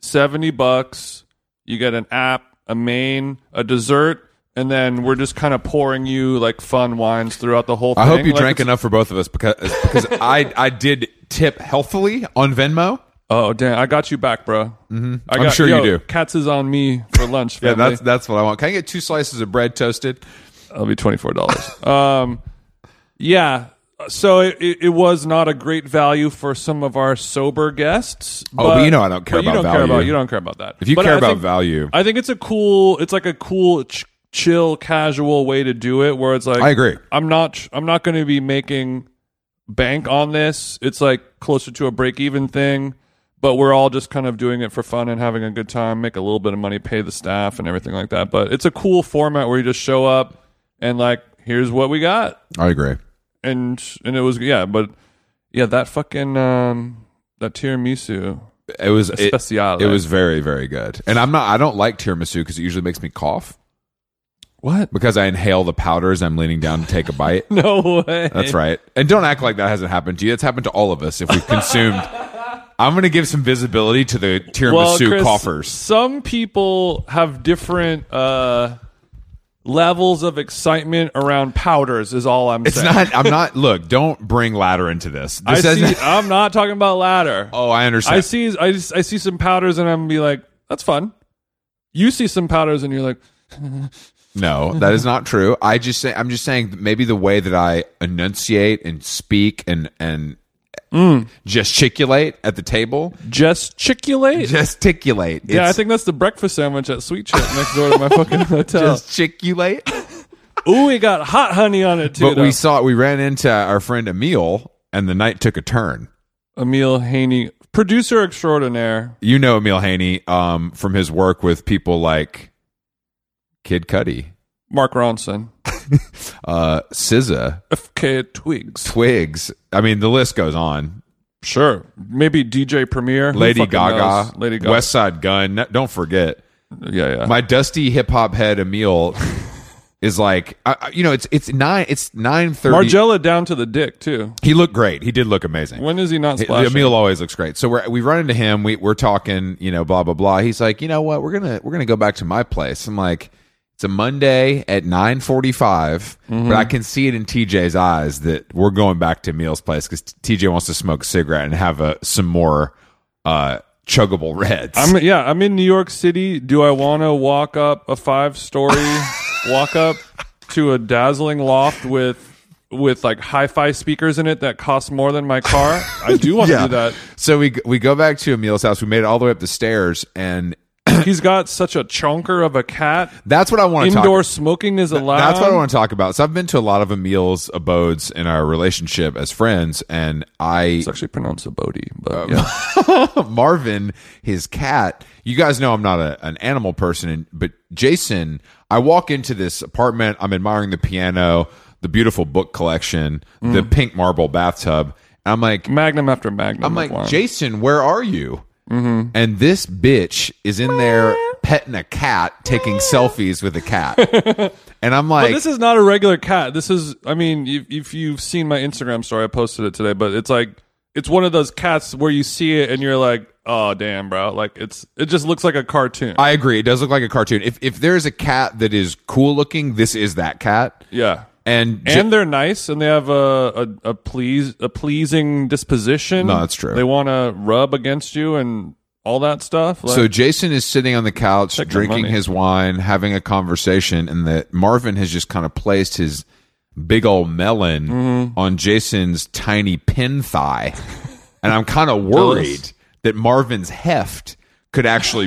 A: seventy bucks. You get an app, a main, a dessert, and then we're just kind of pouring you like fun wines throughout the whole.
B: I
A: thing.
B: hope you
A: Like,
B: drank
A: it's-
B: enough for both of us because because I I did tip healthily on Venmo.
A: Oh damn, I got you back, bro. Mm-hmm. I
B: I'm
A: got,
B: sure you
A: yo,
B: do.
A: Cats is on me for lunch.
B: Yeah,
A: family.
B: that's that's what I want. Can I get two slices of bread toasted?
A: That'll be twenty four dollars. um, yeah. So it, it, it was not a great value for some of our sober guests.
B: Oh, but you know I don't care
A: but you
B: about
A: don't Care
B: value.
A: about, you don't care about that.
B: If you
A: But
B: care
A: I
B: about
A: think-
B: value,
A: I think it's a cool. It's like a cool, ch- chill, casual way to do it. Where it's like,
B: I agree.
A: I'm not. I'm not going to be making bank on this. It's like closer to a break even thing. But we're all just kind of doing it for fun and having a good time, make a little bit of money, pay the staff and everything like that. But it's a cool format where you just show up and like, here's what we got,
B: I agree.
A: and and it was yeah, but yeah, that fucking um, that tiramisu
B: It was it,
A: speciale.
B: it was very very good. And I'm not I don't like tiramisu because it usually makes me cough
A: what?
B: because I inhale the powders. I'm leaning down to take a bite.
A: No way.
B: That's right. And don't act like that hasn't happened to you. That's happened to all of us if we've consumed. I'm going to give some visibility to the tiramisu
A: Chris,
B: coffers.
A: Some people have different uh, levels of excitement around powders. Is all I'm
B: It's
A: saying.
B: not. I'm not. Look, don't bring ladder into this.
A: I
B: This hasn't.
A: see, I'm not talking about ladder.
B: oh, I understand.
A: I see. I, just- I see some powders, and I'm be like, that's fun. You see some powders, and you're like,
B: No, that is not true. I just say. I'm just saying. that Maybe the way that I enunciate and speak and and
A: Mm.
B: gesticulate at the table,
A: gesticulate.
B: gesticulate.
A: yeah, I
B: It's
A: think that's the breakfast sandwich at Sweet Chip next door to my fucking hotel.
B: gesticulate.
A: Ooh, we got hot honey on it too.
B: But we
A: though.
B: saw. We ran into our friend Emil, and the night took a turn.
A: Emil Haney, producer extraordinaire.
B: you know Emil Haney um, from his work with people like Kid Cudi,
A: Mark Ronson,
B: uh, SZA,
A: FK Twigs.
B: Twigs. I mean, the list goes on.
A: Sure. Maybe DJ Premier. Who
B: Lady
A: fucking
B: Gaga,
A: knows? Lady Gaga.
B: West Side Gun. Don't forget,
A: yeah, yeah.
B: my dusty hip hop head Emil is like, I, I- you know, it's it's nine, it's nine thirty.
A: Margella down to the dick too.
B: He looked great. He did look amazing.
A: When is he not
B: Hey,
A: splashing?
B: Emil always looks great. So we're, we run into him. We, we're talking, you know, blah blah blah. He's like, you know what? We're gonna we're gonna go back to my place. I'm like, it's a Monday at nine but
A: Mm-hmm.
B: I can see it in TJ's eyes that we're going back to Emil's place because TJ wants to smoke a cigarette and have a some more uh, chuggable reds.
A: I'm yeah. I'm in New York City. Do I want to walk up a five story walk up to a dazzling loft with with like hi-fi speakers in it that cost more than my car? I do want to do that.
B: So we we go back to Emil's house. We made it all the way up the stairs, and
A: he's got such a chonker of a cat.
B: That's what I want to talk
A: Indoor smoking is allowed.
B: That's what I want to talk about. So I've been to a lot of Emil's abodes in our relationship as friends, and I
A: It's actually pronounced a Bodhi, but
B: Oh.
A: yeah.
B: Marvin, his cat. You guys know I'm not a, an animal person, and, but Jason, I walk into this apartment. I'm admiring the piano, the beautiful book collection, the pink marble bathtub, and I'm like,
A: magnum after magnum.
B: I'm
A: of
B: like,
A: wine.
B: Jason, where are you? And this bitch is in there petting a cat, taking selfies with a cat, and I'm like,
A: But this is not a regular cat. This is, I mean, if, if you've seen my Instagram story, I posted it today, but it's like, it's one of those cats where you see it and you're like, oh, damn, bro. Like, it's, it just looks like a cartoon.
B: I agree. It does look like a cartoon. If if there is a cat that is cool looking, this is that cat.
A: yeah.
B: And, J-
A: And they're nice and they have a, a, a please, a pleasing disposition.
B: No, that's true.
A: They want to rub against you and all that stuff. Like,
B: so Jason is sitting on the couch
A: my
B: drinking
A: money.
B: his wine, having a conversation, and that Marvin has just kind of placed his big old melon
A: Mm-hmm.
B: on Jason's tiny pin thigh, and I'm kind of worried that Marvin's heft could actually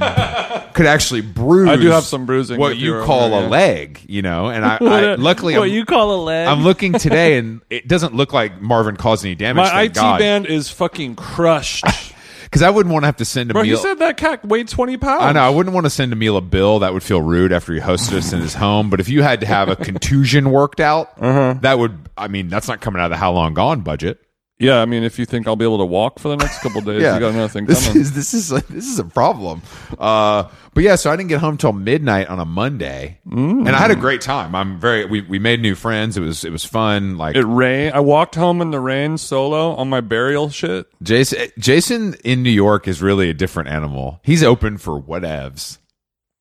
B: could actually bruise.
A: I do have some bruising
B: What
A: if
B: you
A: you're
B: call
A: over
B: a
A: there.
B: leg, you know, and I, I luckily
C: what
B: I'm,
C: you call a leg?
B: I'm looking today, and it doesn't look like Marvin caused any damage.
A: my IT
B: thank God.
A: band is fucking crushed.
B: because I wouldn't want to have to send a
A: bro, you
B: meal.
A: said that cat weighed 20 pounds.
B: I know I wouldn't want to send Emil a bill. That would feel rude after he hosted us in his home. But if you had to have a contusion worked out,
A: Uh-huh.
B: that would. I mean, that's not coming out of the how long gone budget.
A: Yeah, I mean, if you think I'll be able to walk for the next couple days, you got nothing
B: this
A: coming.
B: is this is a, this is a problem. Uh, but yeah, so I didn't get home till midnight on a Monday,
A: Mm.
B: and I had a great time. I'm very. We, we made new friends. It was it was fun. Like
A: It rain. I walked home in the rain solo on my burial shit.
B: Jason Jason in New York is really a different animal. He's open for whatevs.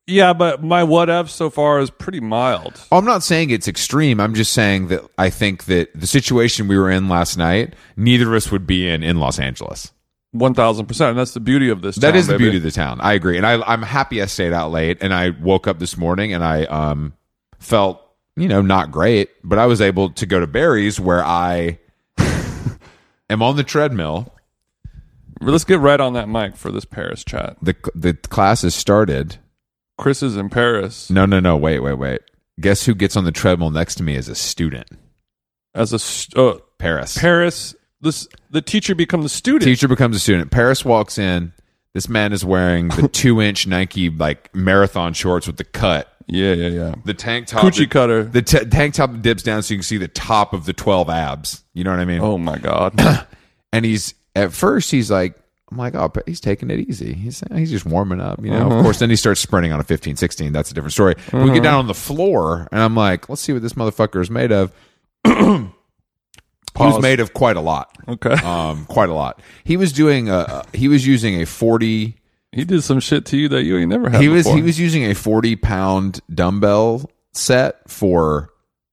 A: Yeah, but my what if so far is pretty mild.
B: Oh, I'm not saying it's extreme. I'm just saying that I think that the situation we were in last night, neither of us would be in in Los Angeles.
A: One thousand percent. And that's the beauty of this.
B: That
A: town,
B: is the
A: baby.
B: beauty of the town. I agree, and I, I'm happy I stayed out late. And I woke up this morning and I um, felt you know not great, but I was able to go to Barry's where I am on the treadmill.
A: Let's get right on that mic for this Paris chat.
B: the The class has started.
A: Chris is in Paris
B: No, no, no. Wait, wait, wait. Guess who gets on the treadmill next to me as a student?
A: as a st- uh,
B: Paris.
A: Paris. This the teacher become the student.
B: Teacher becomes a student. Paris walks in. This man is wearing the two inch Nike like marathon shorts with the cut,
A: Yeah, yeah, yeah.
B: the tank top,
A: Coochie
B: the,
A: cutter.
B: The t- tank top dips down so you can see the top of the twelve abs. You know what I mean?
A: oh my god.
B: And he's at first he's like, I'm like, oh, but he's taking it easy. He's he's just warming up, you know.
A: Uh-huh.
B: Of course, then he starts sprinting on a 15, 16. That's a different story. But we get down on the floor, and I'm like, let's see what this motherfucker is made of. he was
A: Pause.
B: made of quite a lot,
A: okay.
B: um, quite a lot. He was doing a he was using a 40
A: he did some shit to you that you ain't never had.
B: he was
A: before.
B: he was using a 40 pound dumbbell set for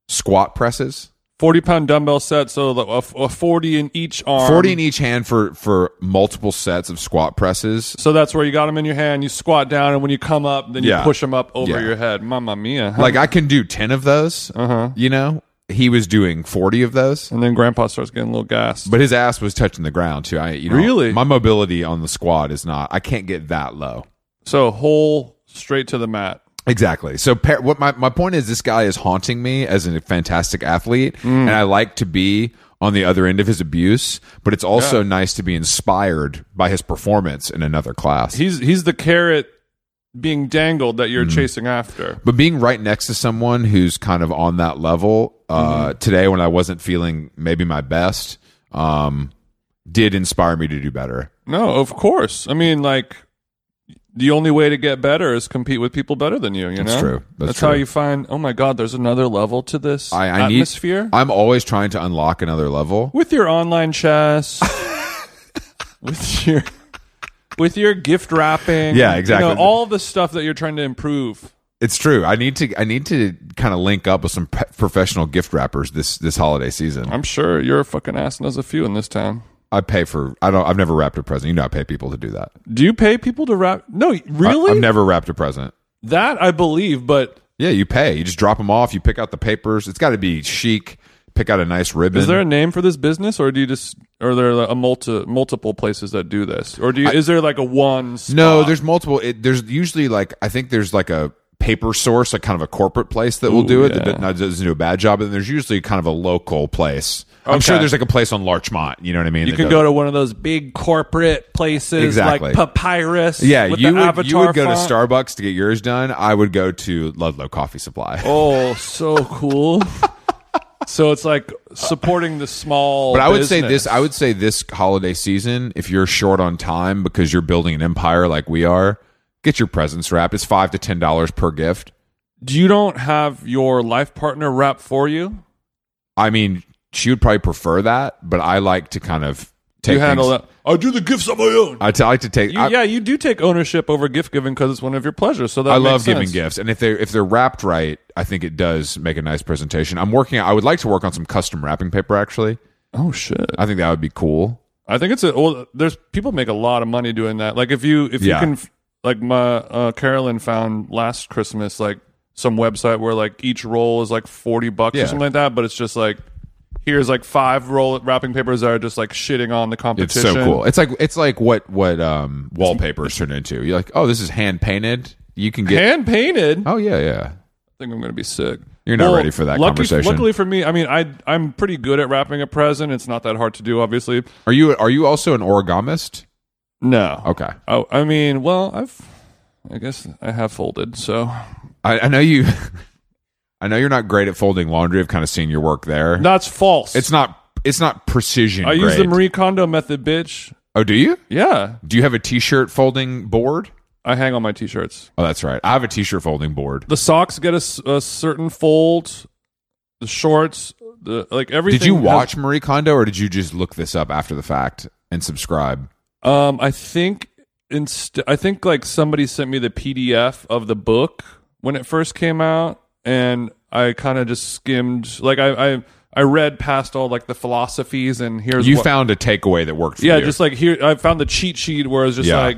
B: squat presses
A: 40 pound dumbbell set, so the- a, a 40 in each arm.
B: 40 in each hand for for multiple sets of squat presses
A: So that's where you got them in your hand, you squat down, and when you come up, then you
B: Yeah.
A: push them up over
B: Yeah.
A: your head. Mamma mia. huh?
B: like i can do 10 of those uh-huh. you know he was doing 40 of those
A: and then grandpa starts getting a little gas.
B: but his ass was touching the ground too i you know
A: Really?
B: my mobility on the squat is not i can't get that low
A: So whole straight to the mat.
B: Exactly. So, par- what my, my point is, this guy is haunting me as a fantastic athlete, and I like to be on the other end of his abuse, but it's also nice to be inspired by his performance in another class.
A: He's he's the carrot being dangled that you're
B: Mm-hmm.
A: chasing after.
B: but being right next to someone who's kind of on that level uh, today, when I wasn't feeling maybe my best, um, did inspire me to do better.
A: No, of course. I mean, like the only way to get better is compete with people better than you. You
B: That's
A: know,
B: true. That's
A: how
B: true.
A: you find. Oh my God, there's another level to this
B: I, I
A: atmosphere.
B: need. I'm always trying to unlock another level.
A: with your online chess, with your with your gift wrapping.
B: Yeah,
A: you
B: exactly.
A: know, all the stuff that you're trying to improve.
B: It's true. I need to. I need to kind of link up with some pe- professional gift wrappers this this holiday season.
A: I'm sure you're a fucking ass and there's a few in this town.
B: I pay for. I don't. I've never wrapped a present. You know, I pay people to do that.
A: Do you pay people to wrap? No,
B: I-
A: really?
B: I've never wrapped a present.
A: that I believe, but
B: Yeah, you pay. You just drop them off. You pick out the papers. It's got to be chic. pick out a nice ribbon.
A: Is there a name for this business, or do you just are there a multi multiple places that do this, or do you, is there like a one? Spot?
B: no, there's multiple. It, there's usually like I think there's like a paper source, like kind of a corporate place that will do it that not, doesn't do a bad job, and there's usually kind of a local place. I'm sure
A: Okay.
B: there's like a place on Larchmont. You know what I mean?
A: You could go to one of those big corporate places
B: Exactly.
A: like Papyrus.
B: Yeah,
A: with
B: you
A: the
B: would, you
A: avatar
B: would go to
A: font.
B: Starbucks to get yours done. I would go to Ludlow Coffee Supply.
A: Oh, so cool. so it's like supporting the small.
B: But I would say
A: business.
B: this. I would say this holiday season, if you're short on time because you're building an empire like we are, get your presents wrapped. It's five to ten dollars per gift.
A: You don't have your life partner wrap for you.
B: I mean, she would probably prefer that, but I like to kind of take.
A: you handle
B: things,
A: that. I do the gifts on my own.
B: I, t- I like to take.
A: You-
B: I,
A: yeah, you do take ownership over gift giving because it's one of your pleasures. So that
B: I
A: makes
B: love giving
A: sense.
B: gifts, and if they if they're wrapped right, I think it does make a nice presentation. I'm working. I would like to work on some custom wrapping paper. Actually,
A: Oh shit!
B: I think that would be cool.
A: I think it's a. Well, there's people make a lot of money doing that. Like if you if
B: Yeah.
A: you can like my uh, Carolyn found last Christmas like some website where like each roll is like forty bucks
B: Yeah.
A: or something like that, but it's just like here's like five roll wrapping papers that are just like shitting on the
B: It's
A: competition.
B: so cool. It's like it's like what what um, wallpapers turn into. You're like, oh, this is hand painted. You can get.
A: Hand painted.
B: Oh yeah, yeah.
A: I think I'm going to be sick.
B: You're not ready for that
A: lucky-
B: conversation.
A: Luckily for me, I mean, I I'm pretty good at wrapping a present. It's not that hard to do, obviously.
B: Are you are you also an origamist?
A: No.
B: Okay,
A: Oh, I mean, well, I've, I guess I have folded. So
B: I, I know you. I know you're not great at folding laundry. I've kind of seen your work there.
A: that's false.
B: It's not. It's not precision.
A: I use the
B: grade.
A: Marie Kondo method, bitch.
B: oh, do you?
A: Yeah,
B: Do you have a t-shirt folding board?
A: I hang on my t-shirts.
B: Oh, that's right. I have a t-shirt folding board.
A: The socks get a, s- a certain fold. The shorts, the like everything.
B: Did you
A: has-
B: watch Marie Kondo, or did you just look this up after the fact and subscribe?
A: um, I think inst- I think like somebody sent me the PDF of the book when it first came out, and I kind of just skimmed. Like I, I I read past all like the philosophies, and here's
B: You
A: what,
B: found a takeaway that worked for
A: yeah
B: you.
A: just like here i found the cheat sheet where it's just
B: Yeah.
A: like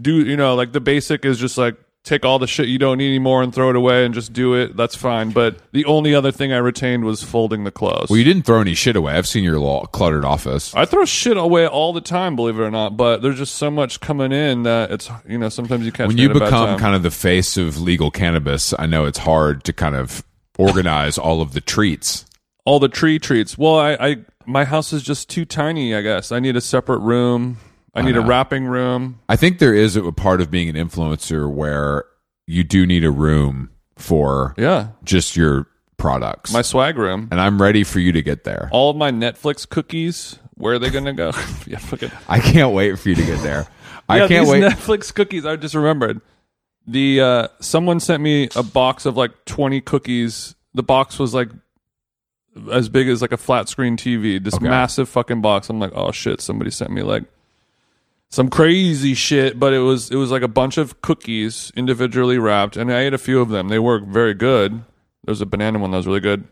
A: do you know like the basic is just like take all the shit you don't need anymore and throw it away and just do it that's fine but the only other thing i retained was folding the clothes
B: well, you didn't throw any shit away. I've seen your little cluttered office.
A: i throw shit away all the time believe it or not but there's just so much coming in that it's you know sometimes you catch
B: when
A: me
B: you
A: at a bad
B: become
A: time.
B: kind of the face of legal cannabis, I know it's hard to kind of organize all of the treats.
A: all the tree treats well I, I my house is just too tiny i guess i need a separate room i need a wrapping room
B: I think there is a part of being an influencer where you do need a room for
A: yeah
B: just your products.
A: my swag room
B: and I'm ready for you to get there.
A: all of my netflix cookies where are they gonna go yeah fucking
B: I can't wait for you to get there. I
A: yeah,
B: can't
A: these
B: wait.
A: Netflix cookies. I just remembered. The uh, someone sent me a box of like twenty cookies. The box was like as big as like a flat screen TV. This massive fucking box. I'm like, oh shit! Somebody sent me like some crazy shit. But it was it was like a bunch of cookies individually wrapped, and I ate a few of them. They were very good. There's a banana one that was really good.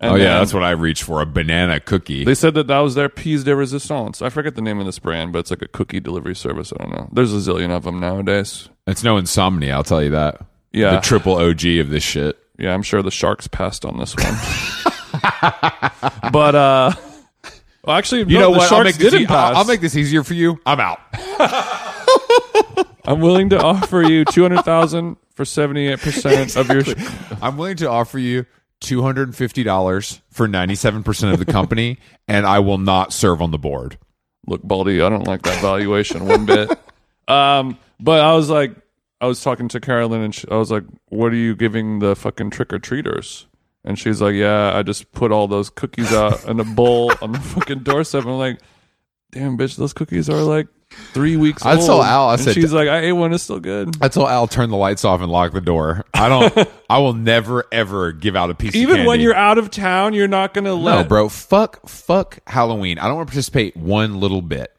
A: And
B: oh yeah,
A: then
B: that's what I reached for—a banana cookie.
A: They said that that was their piece de resistance. I forget the name of this brand, but it's like a cookie delivery service. I don't know. There's a zillion of them nowadays.
B: it's no insomnia, I'll tell you that.
A: Yeah.
B: the triple OG of this shit.
A: Yeah, I'm sure the sharks passed on this one. but uh well, actually,
B: You
A: no,
B: know
A: the
B: what?
A: Sharks
B: I'll make, this
A: didn't
B: e-
A: pass.
B: I'll, I'll make this easier for you. I'm out.
A: I'm willing to offer you two hundred thousand for seventy eight percent of your. Sh-
B: I'm willing to offer you two hundred and fifty dollars for ninety seven percent of the company, and I will not serve on the board.
A: Look, Baldy, I don't like that valuation one bit. Um, but I was like, I was talking to Carolyn, and she, I was like, "What are you giving the fucking trick or treaters?" And she's like, "Yeah, I just put all those cookies out in a bowl on the fucking doorstep." And I'm like, "Damn, bitch, those cookies are like three weeks
B: I
A: old."
B: told Al, I
A: and
B: said-
A: "She's like, I ate one; it's still good."
B: I told Al turn the lights off and lock the door. I don't. I will never ever give out a piece. of
A: Even
B: candy.
A: when you're out of town, you're not gonna
B: no,
A: let.
B: bro. Fuck, fuck Halloween. I don't want to participate one little bit.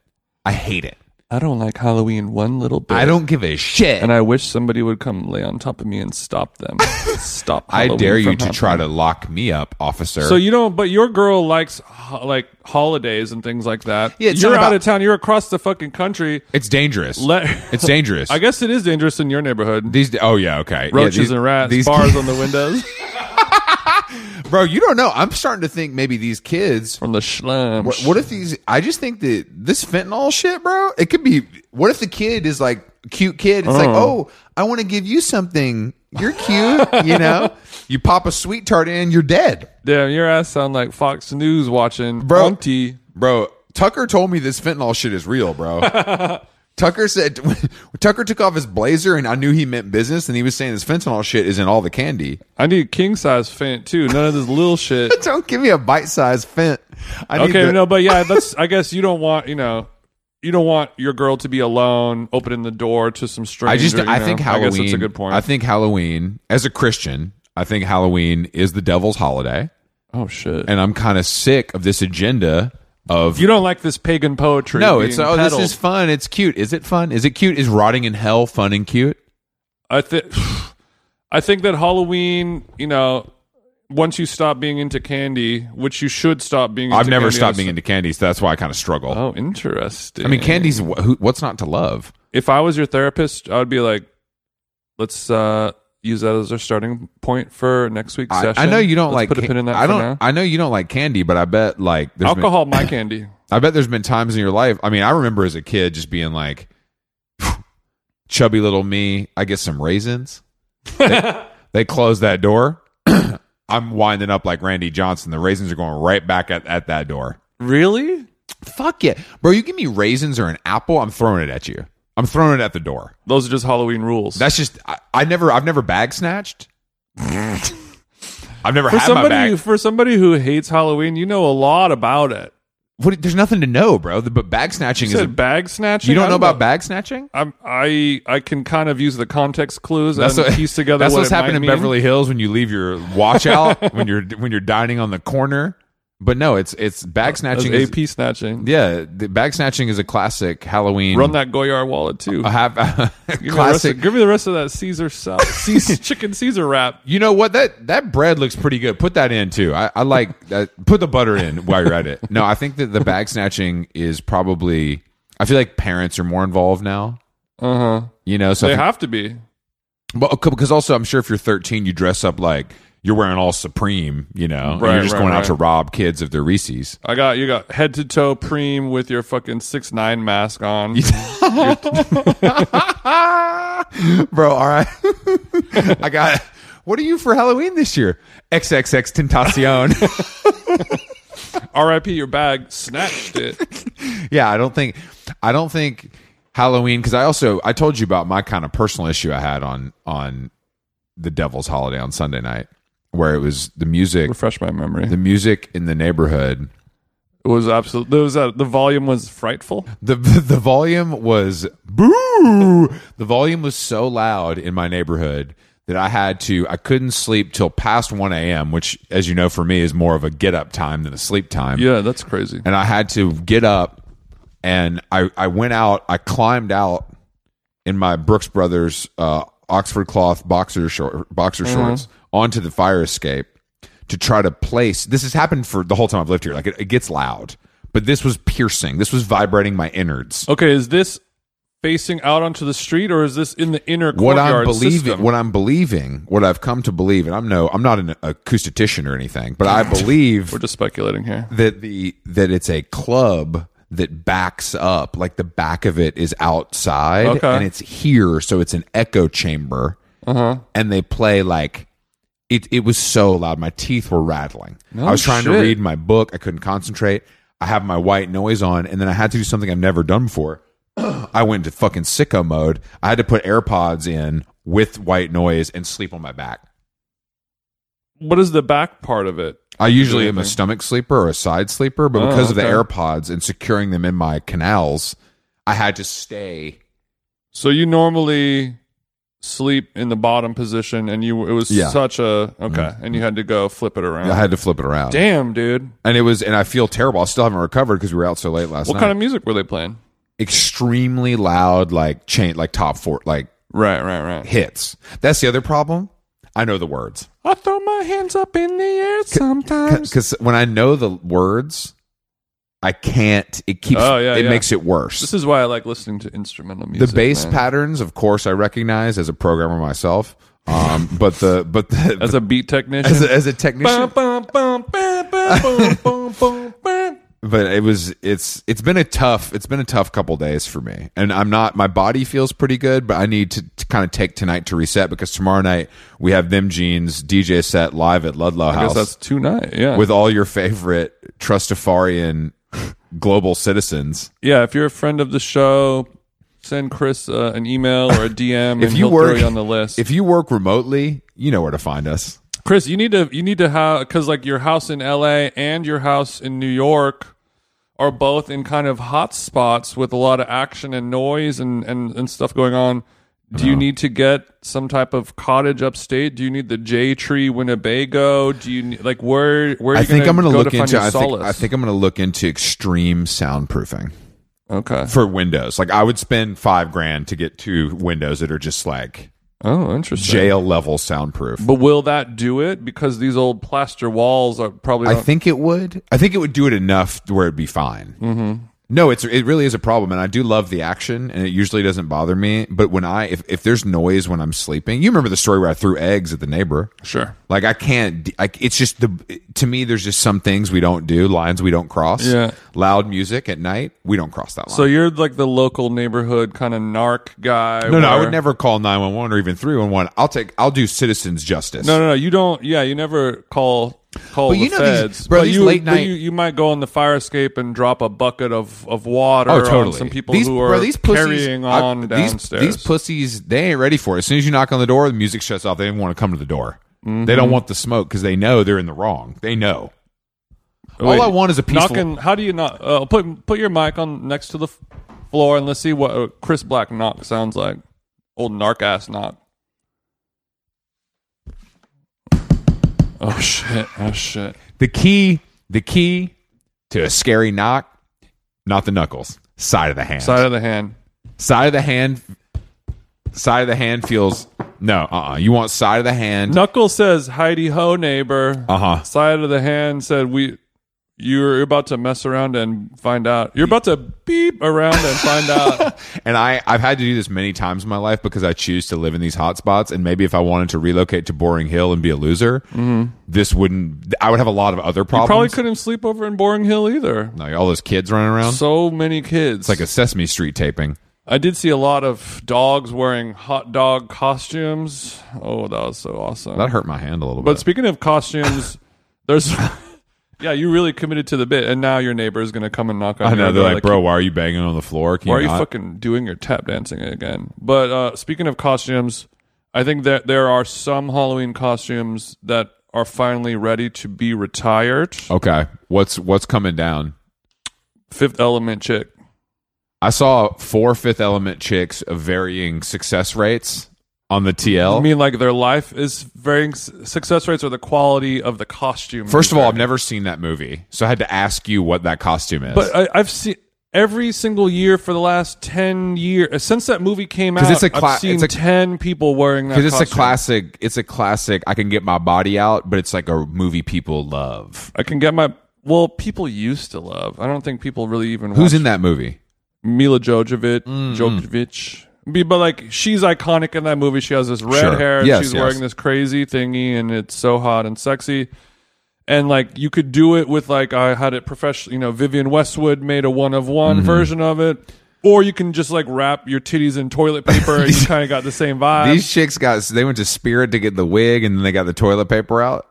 B: I hate it.
A: I don't like Halloween one little bit.
B: I don't give a shit.
A: and I wish somebody would come lay on top of me and stop them. Stop!
B: I
A: Halloween
B: dare you
A: from
B: to
A: happening.
B: try to lock me up, officer.
A: So you don't, but your girl likes ho- like holidays and things like that.
B: Yeah, it's
A: you're
B: not
A: out
B: about-
A: of town. You're across the fucking country.
B: it's dangerous.
A: Let
B: it's dangerous.
A: I guess it is dangerous in your neighborhood.
B: these. Oh yeah. Okay. Yeah,
A: Roaches
B: these-
A: and rats,
B: These
A: bars on the windows.
B: Bro, you don't know. I'm starting to think maybe these kids.
A: from the slums.
B: What, what if these? I just think that this fentanyl shit, bro. It could be. What if the kid is like a cute kid? It's like,
A: Uh-huh.
B: oh, I want to give you something. You're cute, you know. You pop a sweet tart in, you're dead,
A: Damn, your ass sound like Fox News watching
B: Bro.
A: Auntie.
B: bro. Tucker told me this fentanyl shit is real, bro. Tucker said Tucker took off his blazer, and I knew he meant business. And he was saying this fentanyl shit is in all the candy.
A: I need king size fent too. None of this little shit.
B: Don't give me a bite-sized fent. I need
A: Okay,
B: the-
A: no, but yeah, that's. I guess you don't want you know, you don't want your girl to be alone, opening the door to some stranger.
B: I just
A: you
B: I
A: know?
B: think Halloween.
A: I guess that's a good point.
B: I think Halloween as a Christian, I think Halloween is the devil's holiday,
A: oh shit!
B: and I'm kind of sick of this agenda of
A: you don't like this pagan poetry?
B: no.
A: being
B: It's oh,
A: peddled.
B: this is fun. It's cute. Is it fun? Is it cute? Is rotting in hell fun and cute?
A: I think. I think that Halloween. You know, once you stop being into candy, which you should stop being. Into
B: I've never
A: candy,
B: stopped
A: that's-
B: being into candy, so that's why I kind of struggle.
A: Oh, interesting.
B: I mean, candy's wh- who, what's not to love?
A: if I was your therapist, I would be like, let's uh, use that as our starting point for next week's
B: I,
A: session.
B: I know you don't
A: Let's
B: like.
A: put a
B: can-
A: pin in that.
B: I
A: for
B: don't.
A: now.
B: I know you don't like candy, but I bet like there's been-
A: Alcohol, my candy.
B: I bet there's been times in your life. I mean, I remember as a kid just being like, chubby little me, I get some raisins. They, they close that door. I'm winding up like Randy Johnson. The raisins are going right back at, at that door.
A: Really?
B: Fuck yeah. Bro, you give me raisins or an apple, I'm throwing it at you. I'm throwing it at the door.
A: Those are just Halloween rules.
B: That's just I, I never I've never bag snatched. I've never
A: for
B: had my
A: somebody
B: bag.
A: who, for somebody who hates Halloween. You know a lot about it.
B: What, there's nothing to know, bro. The, but bag snatching
A: You
B: is a,
A: said bag snatching.
B: you don't
A: I
B: know about bag snatching?
A: I'm, I I can kind of use the context clues
B: That's
A: and
B: what-
A: piece together.
B: That's
A: what
B: what's
A: it might
B: happening in
A: mean.
B: Beverly Hills when you leave your watch out when you're when you're dining on the corner. But no, it's it's bag
A: That's
B: snatching. is-
A: AP snatching.
B: yeah, the bag snatching is a classic Halloween.
A: Run that Goyard wallet too.
B: a half- a
A: Give me the rest
B: classic.
A: of- give me the rest of that Caesar salad, Caesar, chicken Caesar wrap.
B: You know what? That that bread looks pretty good. Put that in too. I, I like that. Put the butter in while you're at it. No, I think that the bag snatching is probably. I feel like parents are more involved now.
A: Uh huh.
B: You know, so I
A: They
B: think-
A: have to be.
B: Well, because uh, also I'm sure if you're 13, you dress up like you're wearing all Supreme, you know, and you're
A: Right,
B: just
A: right,
B: going out
A: right.
B: to rob kids of their Reese's.
A: I got you got head to toe preem with your fucking six nine mask on.
B: Bro, all right. I got. What are you for Halloween this year? XXX Tentacion.
A: R.I.P. Your bag snatched it.
B: yeah, I don't think. I don't think Halloween because I also I told you about my kind of personal issue I had on on the Devil's Holiday on Sunday night where it was the music
A: Refresh my memory.
B: the music in the neighborhood
A: It was absolute. There was a, the volume was frightful.
B: The the volume was boo. The volume was so loud in my neighborhood that I had to I couldn't sleep till past one a.m., which, as you know, for me is more of a get up time than a sleep time.
A: Yeah, that's crazy.
B: And I had to get up, and I I went out. I climbed out in my Brooks Brothers uh, Oxford cloth boxer short boxer shorts onto the fire escape to try to place. This has happened for the whole time I've lived here. Like it, it gets loud. But this was piercing. This was vibrating my innards.
A: Okay, is this facing out onto the street or is this in the inner
B: what I'm
A: courtyard
B: believing,
A: system?
B: what I'm believing, what I've come to believe, and I'm no, I'm not an acoustician or anything, but I believe
A: We're just speculating here.
B: that the that it's a club that backs up, like the back of it is outside,
A: Okay.
B: and it's here, so it's an echo chamber,
A: Uh-huh.
B: and they play like. It, it was so loud. My teeth were rattling. I was trying to
A: shit.
B: read my book. I couldn't concentrate. I have my white noise on, and then I had to do something I've never done before. I went into fucking sicko mode. I had to put AirPods in with white noise and sleep on my back.
A: What is the back part of it?
B: I usually am a
A: anything.
B: stomach sleeper or a side sleeper, but because of the
A: Oh, okay.
B: AirPods and securing them in my canals, I had to stay.
A: So you normally sleep in the bottom position and you it was
B: Yeah. Mm-hmm.
A: such a okay, and you had to go flip it around.
B: I had to flip it around.
A: Damn, dude.
B: And it was, and I feel terrible. I still haven't recovered because we were out so late last
A: What
B: night.
A: kind of music were they playing?
B: Extremely loud, like chain, like top four, like
A: Right, right, right.
B: hits. That's the other problem. I know the words.
A: I throw my hands up in the air sometimes.
B: because when I know the words, I can't. It keeps.
A: Oh, yeah,
B: it
A: yeah.
B: makes it worse.
A: This is why I like listening to instrumental
B: the
A: music.
B: bass
A: man.
B: patterns, of course, I recognize as a programmer myself. Um, but the but the
A: as a beat technician.
B: as a, as a technician,
A: Bum, bum,
B: but it was it's it's been a tough it's been a tough couple days for me and i'm not my body feels pretty good but i need to, to kind of take tonight to reset because tomorrow night we have them jeans dj set live at ludlow
A: I guess
B: house
A: that's two night. Yeah.
B: with all your favorite trustafarian global citizens
A: yeah. If you're a friend of the show, send Chris uh, an email or a DM.
B: If
A: and
B: you
A: he'll
B: work-
A: throw you on the list,
B: if you work remotely you know where to find us
A: Chris, you need to you need to have because like your house in L.A. and your house in New York are both in kind of hot spots with a lot of action and noise and and, and stuff going on. Do you need to get some type of cottage upstate? Do you need the J Tree Winnebago? Do you need, like where where? Are you
B: i think i'm
A: gonna
B: going to
A: go
B: look
A: to find
B: into
A: your
B: I think,
A: solace?
B: I think i'm going to look into extreme soundproofing
A: okay.
B: for windows like i would spend five grand to get two windows that are just like
A: Oh, interesting.
B: jail level soundproof
A: but will that do it? Because these old plaster walls are probably.
B: I
A: don't-
B: think it would. I think it would do it enough where it'd be fine. Mm-hmm. No, it's it really is a problem, and I do love the action, and it usually doesn't bother me. But when I if, if there's noise when I'm sleeping, you remember the story where I threw eggs at the neighbor.
A: sure.
B: Like I can't. de- Like it's just the to me. There's just some things we don't do, lines we don't cross.
A: Yeah.
B: loud music at night, we don't cross that line.
A: So you're like the local neighborhood kind of narc guy.
B: no, no, I
A: where-
B: would never call nine one one or even three one one. I'll take. I'll do citizens justice.
A: No, no, no. You don't. Yeah, you never call call
B: But
A: the
B: you know these-
A: feds.
B: bro,
A: but
B: these
A: you,
B: late
A: but
B: night-
A: you, you might go on the fire escape and drop a bucket of, of water
B: Oh, totally.
A: on some people
B: these,
A: who are
B: bro, these pussies,
A: carrying
B: I-
A: on
B: these-
A: downstairs.
B: These, pussies, they ain't ready for it. As soon as you knock on the door, the music shuts off. They don't want to come to the door. They
A: Mm-hmm.
B: don't want the smoke because they know they're in the wrong. They know.
A: Wait,
B: all I want is a peaceful.
A: knocking. How do you not uh, put put your mic on next to the f- floor and let's see what uh, Chris Black knock sounds like. Old narc ass knock. Oh shit! Oh shit!
B: the key, the key to a scary knock, not the knuckles, side of the hand.
A: Side of the hand.
B: Side of the hand, side of the hand feels no. Uh, uh you want side of the hand.
A: Knuckles says, "Heidi ho, neighbor."
B: Uh huh.
A: Side of the hand said, "We, you're about to mess around and find out. You're about to beep around and find out."
B: And I, I've had to do this many times in my life because I choose to live in these hot spots. And maybe if I wanted to relocate to Boring Hill and be a loser, this wouldn't. I would have a lot of other problems.
A: Mm-hmm. Probably couldn't sleep over in Boring Hill either.
B: Like all those kids running around.
A: So many kids.
B: it's like a Sesame Street taping.
A: I did see a lot of dogs wearing hot dog costumes. Oh, that was so awesome.
B: That hurt my hand a little
A: but
B: bit.
A: speaking of costumes, there's. Yeah, you really committed to the bit, and now your neighbor is going to come and knock on.
B: I know
A: your
B: they're
A: door,
B: like, bro, why are you banging on the floor? Can
A: Why are
B: you
A: you
B: not?"
A: fucking doing your tap dancing again? But uh, speaking of costumes, I think that there are some Halloween costumes that are finally ready to be retired.
B: okay, what's what's coming down?
A: Fifth Element chick.
B: I saw four Fifth Element chicks of varying success rates on the
A: I
B: TL.
A: mean, like their life is varying. s- Success rates or the quality of the costume.
B: First of all, I've
A: varying.
B: never seen that movie, so I had to ask you what that costume is.
A: but I, I've seen every single year for the last ten years since that movie came out.
B: 'Cause it's a cla-
A: I've seen
B: it's a-
A: ten people wearing that.
B: because it's a
A: costume.
B: classic. It's a classic. I can get my body out, but it's like a movie people love.
A: I can get my. Well, people used to love. I don't think people really even. watch
B: Who's in that movie?
A: Mila Jojovic,
B: Mm-hmm.
A: Jokovic. Be- But like she's iconic in that movie. She has this red
B: Sure.
A: hair. and
B: Yes,
A: she's
B: yes.
A: wearing this crazy thingy, and it's so hot and sexy. And like you could do it with like I had it professional. You know, Vivian Westwood made a one of
B: Mm-hmm.
A: one version of it, or you can just like wrap your titties in toilet paper, and you kind of got the same vibe.
B: These chicks got. They went to Spirit to get the wig, and then they got the toilet paper out.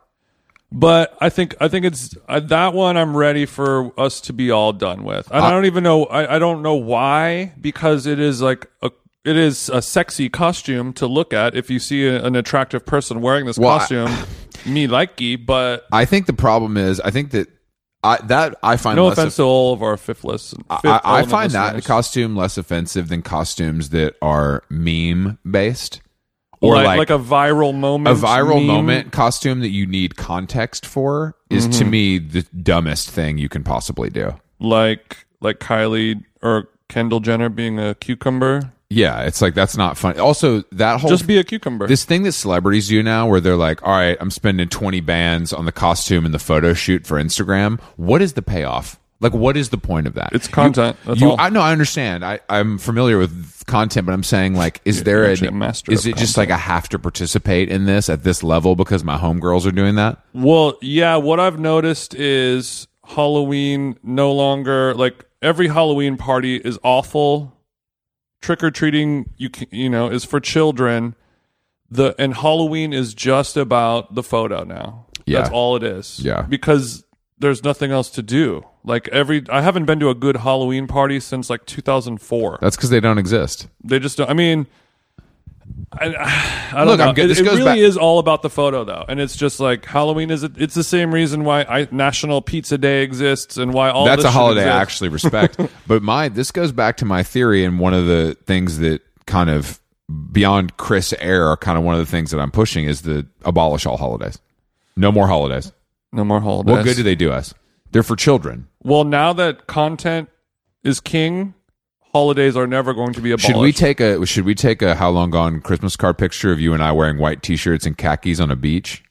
A: But I think I think it's uh, that one. I'm ready for us to be all done with. And I don't even know. I, I don't know why because it is like a it is a sexy costume to look at if you see a, an attractive person wearing this
B: Well, I-
A: costume. me likey, but
B: I think the problem is. I think that. I that I find
A: no
B: less
A: offense to all of our fifth list. Fifth
B: I, I
A: element
B: find that
A: listeners.
B: costume less offensive than costumes that are meme based or
A: like,
B: like,
A: like a viral moment,
B: a viral
A: meme.
B: moment costume that you need context for is to
A: Mm-hmm.
B: me the dumbest thing you can possibly do.
A: like like Kylie or Kendall Jenner being a cucumber.
B: Yeah, it's like that's not fun. Also, that whole
A: Just be a cucumber.
B: this thing that celebrities do now where they're like, "All right, I'm spending 20 bands on the costume and the photo shoot for Instagram. What is the payoff? Like, what is the point of that?
A: It's content. that's
B: you,
A: all.
B: I know, I understand. I, I'm familiar with content, but I'm saying, like, is there a,
A: actually a master
B: is
A: of
B: it just like I have to participate in this at this level because my homegirls are doing that?
A: Well, yeah, what I've noticed is Halloween no longer like every Halloween party is awful. Trick or treating, you can, you know, is for children. The and Halloween is just about the photo now.
B: Yeah.
A: That's all it is.
B: Yeah.
A: Because there's nothing else to do. Like every I haven't been to a good Halloween party since like 2004.
B: That's because they don't exist.
A: They just don't. I mean, I, I don't
B: Look,
A: know.
B: I'm good.
A: It-
B: This
A: it
B: goes
A: really
B: back-
A: is all about the photo, though, and it's just like Halloween is. It's the same reason why I, National Pizza Day exists and why all
B: That's
A: this
B: a holiday
A: shit exists.
B: I actually respect. but my this goes back to my theory and one of the things that kind of beyond Chris Air, kind of one of the things that I'm pushing is the abolish all holidays. No more holidays.
A: No more holidays.
B: What good do they do us? They're for children.
A: well, now that content is king, holidays are never going to be abolished.
B: Should we take a should we take a how long gone Christmas card picture of you and I wearing white t-shirts and khakis on a beach?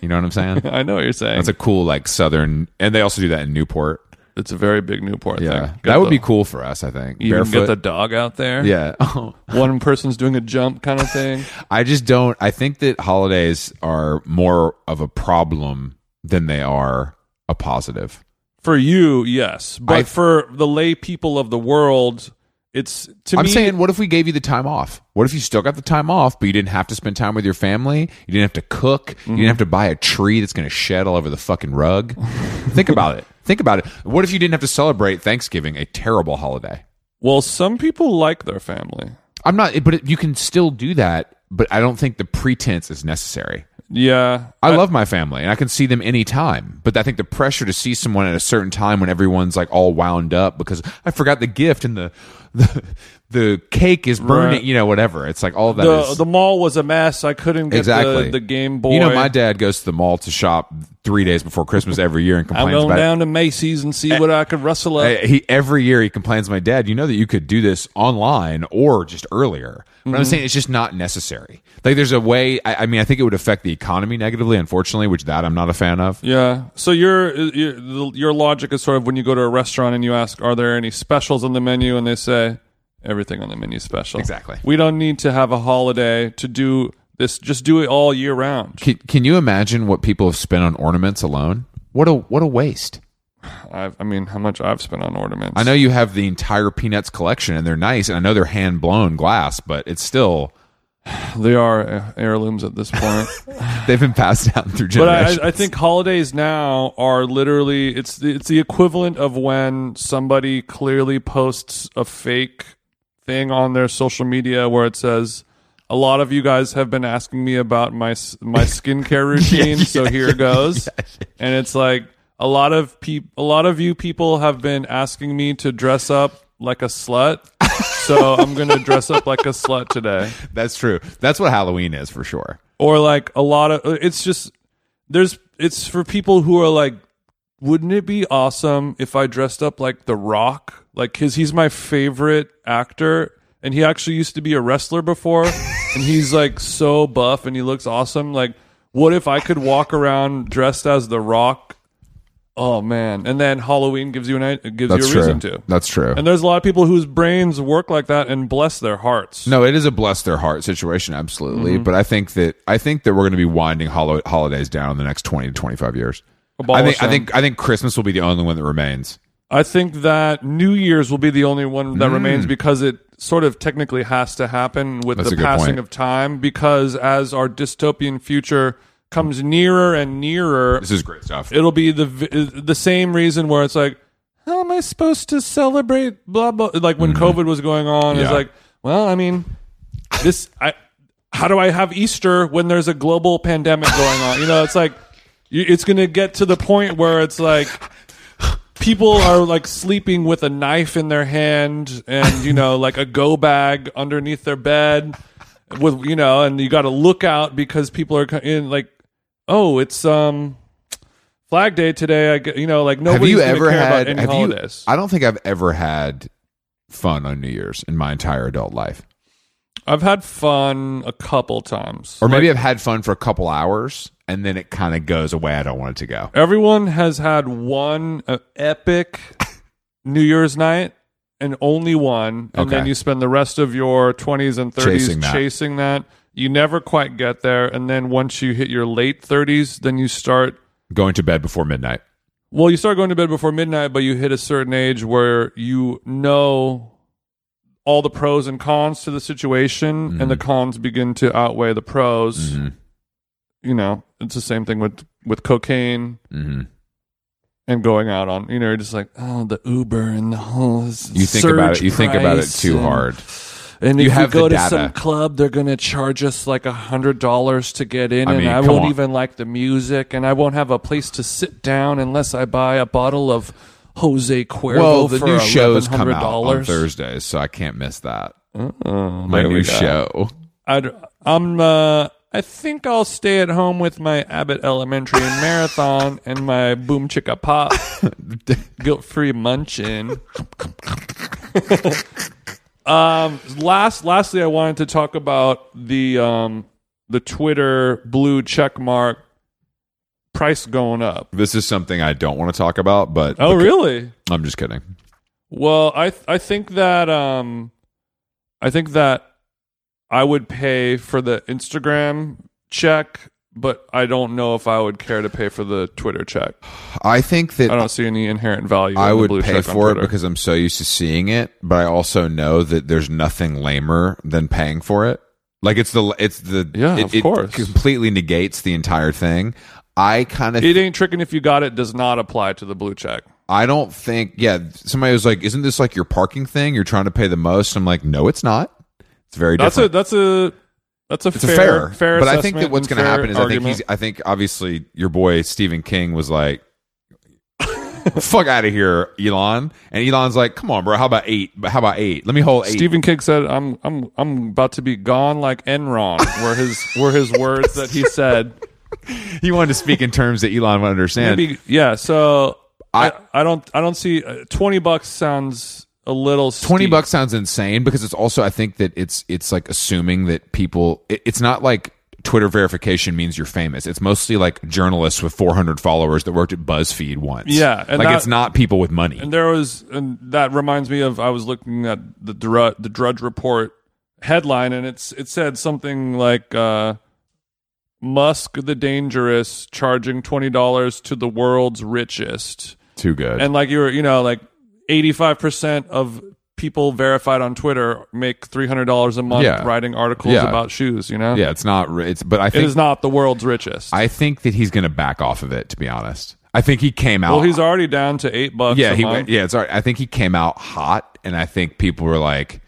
B: You know what I'm saying?
A: I know what you're saying.
B: That's a cool like southern and they also do that in Newport.
A: it's a very big Newport
B: Yeah.
A: thing.
B: that would
A: the,
B: be cool for us, I think.
A: You can get the dog out there.
B: yeah.
A: One person's doing a jump kind of thing.
B: I just don't. I think that holidays are more of a problem than they are a positive.
A: For you, yes, but
B: I-
A: for the lay people of the world, it's to
B: I'm
A: me.
B: saying, what if we gave you the time off? What if you still got the time off, but you didn't have to spend time with your family? You didn't have to cook. You didn't have to buy a tree that's going to shed all over the fucking rug. Think about it. Think about it. What if you didn't have to celebrate Thanksgiving, a terrible holiday?
A: Well, some people like their family.
B: I'm not, but it, you can still do that. But I don't think the pretense is necessary.
A: Yeah.
B: I love my family and I can see them anytime. But I think the pressure to see someone at a certain time when everyone's like all wound up because I forgot the gift and the the, the cake is burning,
A: Right.
B: you know, whatever. It's like all that
A: The,
B: is-
A: the mall was a mess. I couldn't get
B: exactly
A: the, the Game Boy.
B: You know, my dad goes to the mall to shop three days before Christmas every year and
A: I'm
B: complains
A: going
B: about it.
A: down to Macy's and see what I could rustle up.
B: I- he every year he complains to my dad you know that you could do this online or just earlier but
A: Mm-hmm.
B: i'm saying it's just not necessary like there's a way I, I mean i think it would affect the economy negatively unfortunately which that i'm not a fan of
A: yeah. So your your the- your logic is sort of when you go to a restaurant and you ask, "Are there any specials on the menu?" and they say, "Everything on the menu is special."
B: Exactly.
A: We don't need to have a holiday to do this. Just do it all year round.
B: Can, can you imagine what people have spent on ornaments alone? What a what a waste!
A: I've, I mean, how much I've spent on ornaments?
B: I know you have the entire peanuts collection, and they're nice, and I know they're hand blown glass, but it's still
A: they are uh, heirlooms at this point.
B: they've been passed down through
A: But I,
B: generations.
A: I- I think holidays now are literally it's the, it's the equivalent of when somebody clearly posts a fake thing on their social media where it says a lot of you guys have been asking me about my s- my skincare routine, so here goes. And it's like a lot of peop a lot of you people have been asking me to dress up like a slut. so I'm going to dress up like a slut today
B: That's true. That's what Halloween is for sure.
A: or like a lot of uh, it's just there's it's for people who are like wouldn't it be awesome if i dressed up like the rock like his he's my favorite actor and he actually used to be a wrestler before and he's like so buff and he looks awesome like what if i could walk around dressed as the rock oh man and then halloween gives you an it gives you a reason to
B: That's true.
A: and there's a lot of people whose brains work like that and bless their hearts
B: No, it is a bless their heart situation, absolutely. But I think that I think that we're going to be winding holo- holidays down in the next twenty to twenty five years. I
A: Abolish
B: think I
A: them.
B: think I think Christmas will be the only one that remains.
A: I think that New Year's will be the only one
B: Hmm.
A: that remains because it sort of technically has to happen with
B: That's a
A: the
B: good
A: passing
B: point.
A: of time. Because as our dystopian future comes nearer and nearer,
B: This is great stuff.
A: it'll be the v- the same reason where it's like, how am I supposed to celebrate? Blah blah. Like when COVID was going on, it's
B: Mm-hmm. Yeah.
A: like, well, I mean, this I. How do I have Easter when there's a global pandemic going on? You know, it's like you- it's going to get to the point where it's like people are like sleeping with a knife in their hand and you know like a go bag underneath their bed with you know and you got to look out because people are co- in like oh it's um flag day today i g- you know like
B: have
A: nobody's
B: you
A: gonna
B: ever
A: care
B: had
A: about any
B: have
A: holidays
B: you i don't think i've ever had fun on new year's in my entire adult life
A: I've had fun a couple times.
B: Or maybe I've had fun for a couple hours and then it kind of goes away. I don't want it to go.
A: Everyone has had one uh, epic New Year's night and only one, and
B: Okay.
A: then you spend the rest of your 20s and 30s
B: Chasing that.
A: chasing that. You never quite get there, and then once you hit your late 30s, then you start
B: Going to bed before midnight.
A: Well, you start going to bed before midnight, but you hit a certain age where you know all the pros and cons to the situation, and the
B: Mm-hmm.
A: cons begin to outweigh the pros. You know, it's the same thing with with cocaine
B: Mm-hmm.
A: and going out on. You know, you're just like, oh, the Uber and the whole. s-
B: You think about
A: surge
B: it. You think about it
A: price
B: too
A: and-
B: hard.
A: And
B: You
A: if
B: have the
A: we go to
B: data.
A: some club, they're going to charge us like a hundred dollars to get in,
B: I mean,
A: and I
B: come
A: won't
B: on.
A: even like the music, and I won't have a place to sit down unless I buy a bottle of Jose Cuervo
B: Well, the
A: for
B: new shows come out on
A: $1,100.
B: Thursdays, so I can't miss that.
A: Oh,
B: My
A: there we
B: new
A: go.
B: show.
A: I'd, I'm. Uh, I think I'll stay at home with my Abbott Elementary and Marathon and my Boom Chicka Pop guilt free munchin. um. Last. Lastly, I wanted to talk about the um the Twitter blue check mark price going up.
B: This is something I don't want to talk about, but
A: Oh, really?
B: I'm just kidding.
A: Well, I th- I think that um, I think that I would pay for the Instagram check, but I don't know if I would care to pay for the Twitter check.
B: I think that
A: I don't see any inherent value.
B: I
A: in the
B: would
A: blue
B: pay
A: check on
B: for it
A: Twitter.
B: because I'm so used to seeing it, but I also know that there's nothing lamer than paying for it. Like it's the it's the
A: Yeah,
B: it,
A: of
B: it
A: course.
B: completely negates the entire thing. I kind of
A: it ain't tricking if you got it does not apply to the blue check.
B: I don't think yeah. Somebody was like, "Isn't this like your parking thing? You're trying to pay the most." I'm like, "No, it's not. It's very
A: That's
B: different."
A: a that's a that's a
B: it's a
A: fair
B: fair,
A: fair.
B: but I think
A: assessment
B: that what's
A: and
B: going to
A: fair
B: happen is I think
A: argument.
B: he's. I think obviously your boy Stephen King was like, "Fuck out of here, Elon," and Elon's like, "Come on, bro. How about eight? How about eight? Let me hold eight.
A: Stephen King said, "I'm I'm I'm about to be gone like Enron." Were his were his words that he said.
B: He wanted to speak in terms that Elon would understand.
A: Maybe yeah. So
B: I-
A: I, I don't I don't see uh, twenty bucks sounds a little
B: Twenty
A: steep.
B: bucks sounds insane because it's also I think that it's it's like assuming that people. It, it's not like Twitter verification means you're famous. It's mostly like journalists with 400 followers that worked at BuzzFeed once.
A: Yeah, and
B: like
A: that-
B: it's not people with money.
A: And there was and that reminds me of I was looking at the Drudge, the Drudge Report headline and it's it said something like uh, Musk the Dangerous charging twenty dollars to the world's richest.
B: Too good.
A: and like you were you know like 85% of people verified on twitter make $300 a month
B: Yeah.
A: writing articles
B: Yeah.
A: about shoes you know
B: yeah, it's not. ri- It's but I
A: it
B: think
A: is not the world's richest
B: I think that he's going to back off of it. To be honest, I think he came out.
A: well he's already down to eight bucks
B: Oh. yeah,
A: a
B: he
A: month.
B: went. Yeah, it's all right. I think he came out hot, and I think people were like,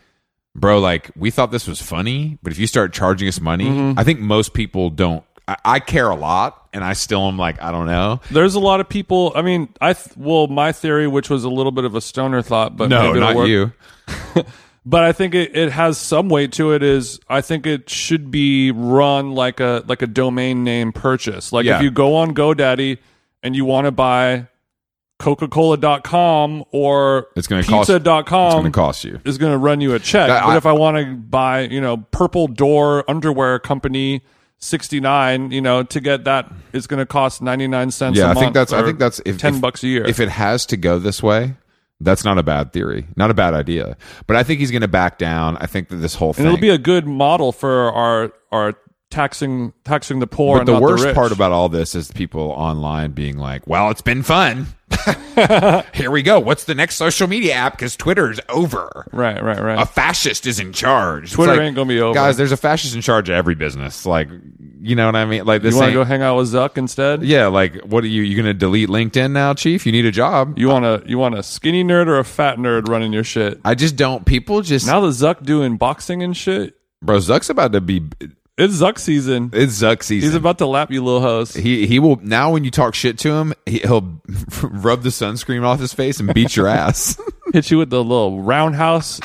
B: "Bro, like we thought this was funny, but if you start charging us money,
A: Mm-hmm.
B: I think most people don't." I, I care a lot, and I still am like, I don't know.
A: there's a lot of people i mean i th- well my theory which was a little bit of a stoner thought but
B: No,
A: maybe it'll
B: not
A: work.
B: you.
A: but i think it, it has some weight to it is i think it should be run like a like a domain name purchase like
B: Yeah.
A: if you go on godaddy and you want to buy coca-cola.com or
B: It's gonna cost- It's going
A: pizza.com
B: to cost you.
A: is going to run you a check
B: That-
A: but
B: I-
A: if i want to buy you know purple door underwear company 69 you know to get that is going to cost 99 cents
B: Yeah,
A: a
B: I think
A: month
B: that's. I
A: or
B: think that's if,
A: 10
B: if-
A: bucks a year
B: If it has to go this way, that's not a bad theory, not a bad idea. But I think he's going to back down. I think that this whole thing.
A: and it'll be a good model for our our taxing taxing the poor
B: But
A: and
B: the
A: not
B: worst
A: rich.
B: part about all this is people online being like, "Well, it's been fun. Here we go. What's the next social media app? Because Twitter's over.
A: Right, right, right.
B: A fascist is in charge. It's
A: Twitter
B: like,
A: ain't gonna be over.
B: guys. There's a fascist in charge of every business. Like, you know what I mean? Like this.
A: you want to
B: ain't-
A: go hang out with Zuck instead?
B: yeah. Like, what are you? You gonna delete LinkedIn now, Chief? You need a job.
A: You want a you want a skinny nerd or a fat nerd running your shit?
B: I just don't. People just
A: Now that Zuck doing boxing and shit,
B: bro. Zuck's about to be.
A: it's Zuck season.
B: It's Zuck season.
A: He's about to lap you, little hoes.
B: he he will now when you talk shit to him he, he'll rub the sunscreen off his face and beat your ass
A: Hit you with the little roundhouse.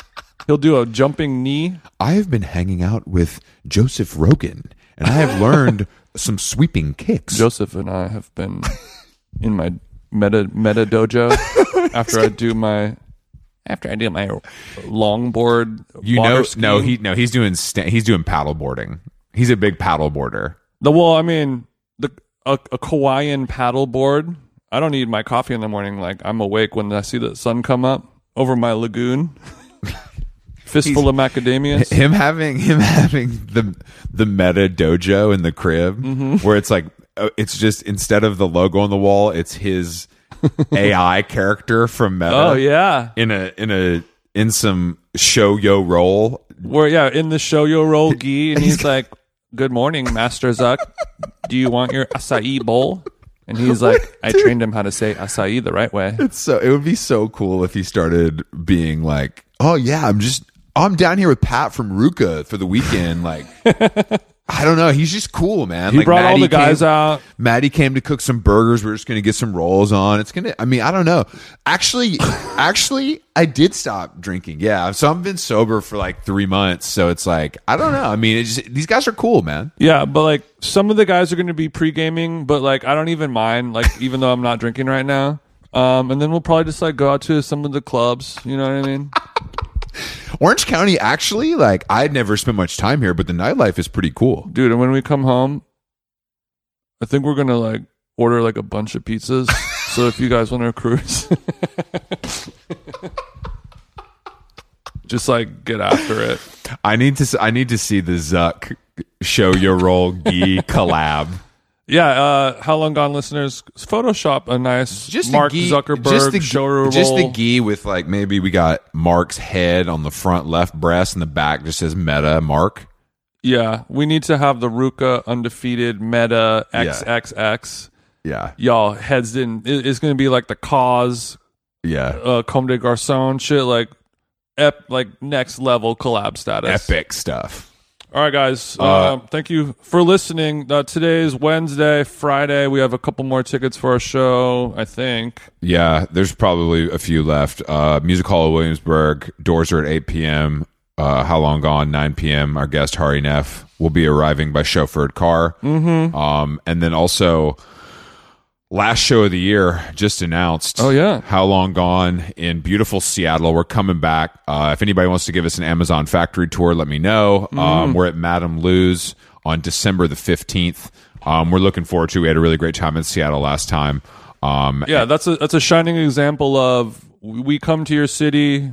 A: He'll do a jumping knee.
B: I have been hanging out with Joseph Rogan, and I have learned some sweeping kicks.
A: Joseph and I have been in my meta meta dojo after I do my after I do my longboard,
B: You
A: water
B: know,
A: skiing.
B: no, he no, he's doing sta- he's doing paddleboarding. He's a big paddleboarder.
A: The well, I mean, the a, a Kauaian paddleboard. I don't need my coffee in the morning. Like I'm awake when I see the sun come up over my lagoon. Fistful of macadamias.
B: Him having him having the the meta dojo in the crib
A: Mm-hmm.
B: where it's like uh, it's just instead of the logo on the wall, it's his AI character from Meta.
A: Oh yeah,
B: in a in a in some show yo role.
A: where yeah in the show yo roll gi, and he's like, "Good morning, Master Zuck. Do you want your acai bowl?" And he's like, "I trained him how to say acai the right way."
B: It's so it would be so cool if he started being like, "Oh yeah, I'm just I'm down here with Pat from Ruka for the weekend." Like, I don't know, he's just cool, man.
A: He
B: like,
A: brought all
B: Maddie
A: the guys
B: came,
A: out.
B: Maddie came to cook some burgers. We're just gonna get some rolls on. It's gonna. I mean, I don't know. Actually, actually, I did stop drinking. Yeah, so I've been sober for like three months. So it's like I don't know. I mean, it's just, these guys are cool, man.
A: Yeah, but like some of the guys are going to be pre gaming, but like I don't even mind. Like even though I'm not drinking right now, um, and then we'll probably just like go out to some of the clubs. You know what I mean?
B: Orange County, actually, like I'd never spent much time here, but the nightlife is pretty cool.
A: Dude, and when we come home, I think we're gonna like order like a bunch of pizzas. so if you guys want to cruise, just like get after it.
B: I need to, s- I need to see the Zuck show your roll gi collab.
A: Yeah, uh, how long gone listeners? Photoshop a nice Mark Zuckerberg show roll.
B: just the gi with like maybe we got Mark's head on the front left breast and the back just says Meta Mark.
A: Yeah, we need to have the Ruka undefeated meta XXX.
B: Yeah,
A: Y'all heads in. it- It's gonna be like the cause,
B: yeah,
A: uh, Comme des Garçons shit, like ep, like next level collab status.
B: epic Uh, stuff.
A: All right, guys. um, thank you for listening. Uh, today is Wednesday, Friday. We have a couple more tickets for our show. I think.
B: Yeah, there's probably a few left. Uh, Music Hall of Williamsburg. Doors are at 8 p.m. Uh, How Long Gone, 9 p.m. Our guest, Hari Neff, will be arriving by chauffeured car. Mm-hmm. Um, and then also, last show of the year just announced.
A: Oh, yeah.
B: How Long Gone in beautiful Seattle. We're coming back. Uh, if anybody wants to give us an Amazon factory tour, let me know.
A: Mm-hmm.
B: Um, we're at Madame Lou's on December the 15th. Um, we're looking forward to it. We had a really great time in Seattle last time. Um,
A: Yeah, that's a that's a shining example of we come to your city,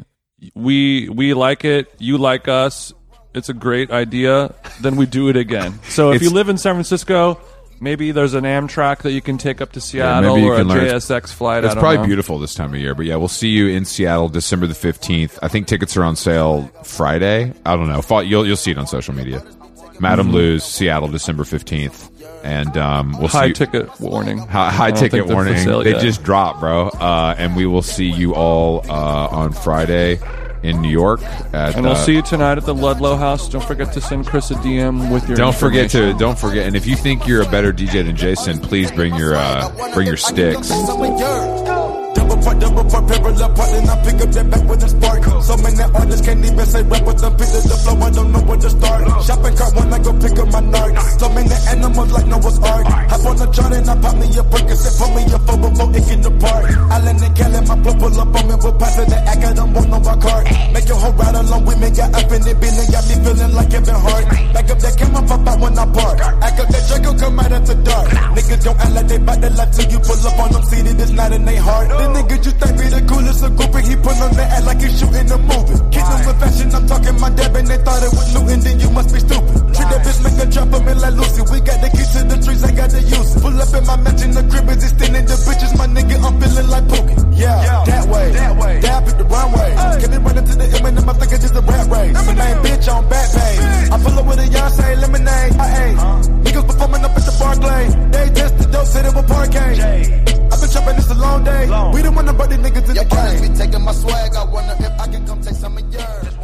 A: we we like it, you like us. It's a great idea. Then we do it again. So if you live in San Francisco, maybe there's an Amtrak that you can take up to Seattle
B: maybe you
A: or a
B: can learn.
A: JSX flight. I
B: It's
A: don't
B: probably
A: know.
B: beautiful this time of year, but yeah, we'll see you in Seattle December the 15th. I think tickets are on sale Friday. I don't know. Fo- You'll, you'll see it on social media.
A: Hmm.
B: Madam Lou's, Seattle December 15th. And um, we'll see
A: High
B: you-
A: ticket warning.
B: Hi-
A: I
B: high
A: don't
B: ticket
A: think they're for
B: warning.
A: sale
B: They
A: yet.
B: just dropped, bro. Uh, and we will see you all uh, on Friday in New York. At,
A: And we'll
B: uh,
A: see you tonight at the Ludlow House. Don't forget to send Chris a DM with your.
B: Don't forget
A: information.
B: to don't forget. And if you think you're a better DJ than Jason, please bring your uh, bring your sticks.
C: Double part, double part, parallel part, and I pick up that back with a spark. So many artists can't even say rap with them pieces of flow. I don't know where to start. Shopping cart when I go pick up my narc. So many animals like Noah's Ark. Hop on the chart and I pop me a Percocet, put me a four remote ick in the park. Island and Cali, my blood pull up on me with pass in the act. I don't want no my cart. Make your whole ride along with me, got up in it, been and got me feeling like Kevin Hart. Back up that camera, pop out when I park. Act up that Draco, come out at the dark. Niggas don't act like they bout to lie till you pull up on them, see that it's not in they heart. The nigga you think be the coolest of groupie, he put on that act like he's shooting a movie. Kids with fashion, I'm talking my dad, and they thought it was new, and then you must be stupid. Treat that bitch, make a drop him in like Lucy. We got the keys to the trees, I got the use. it. Pull up in my mansion, the crib is extended, the bitches, my nigga, I'm feeling like Pookie. Yeah, that way, that way. Dab pick the wrong way. Can it run into the M and I think it's just a rat race. Main bitch on back page. I pull up with a Yonsei lemonade. I ate. Niggas performing up at the Barclay. They test the dope, said it was parquet. I've been chopping this a long day. We don't want to bring these niggas in the game.
D: Your partners be taking my swag. I wonder if I can come take some of yours.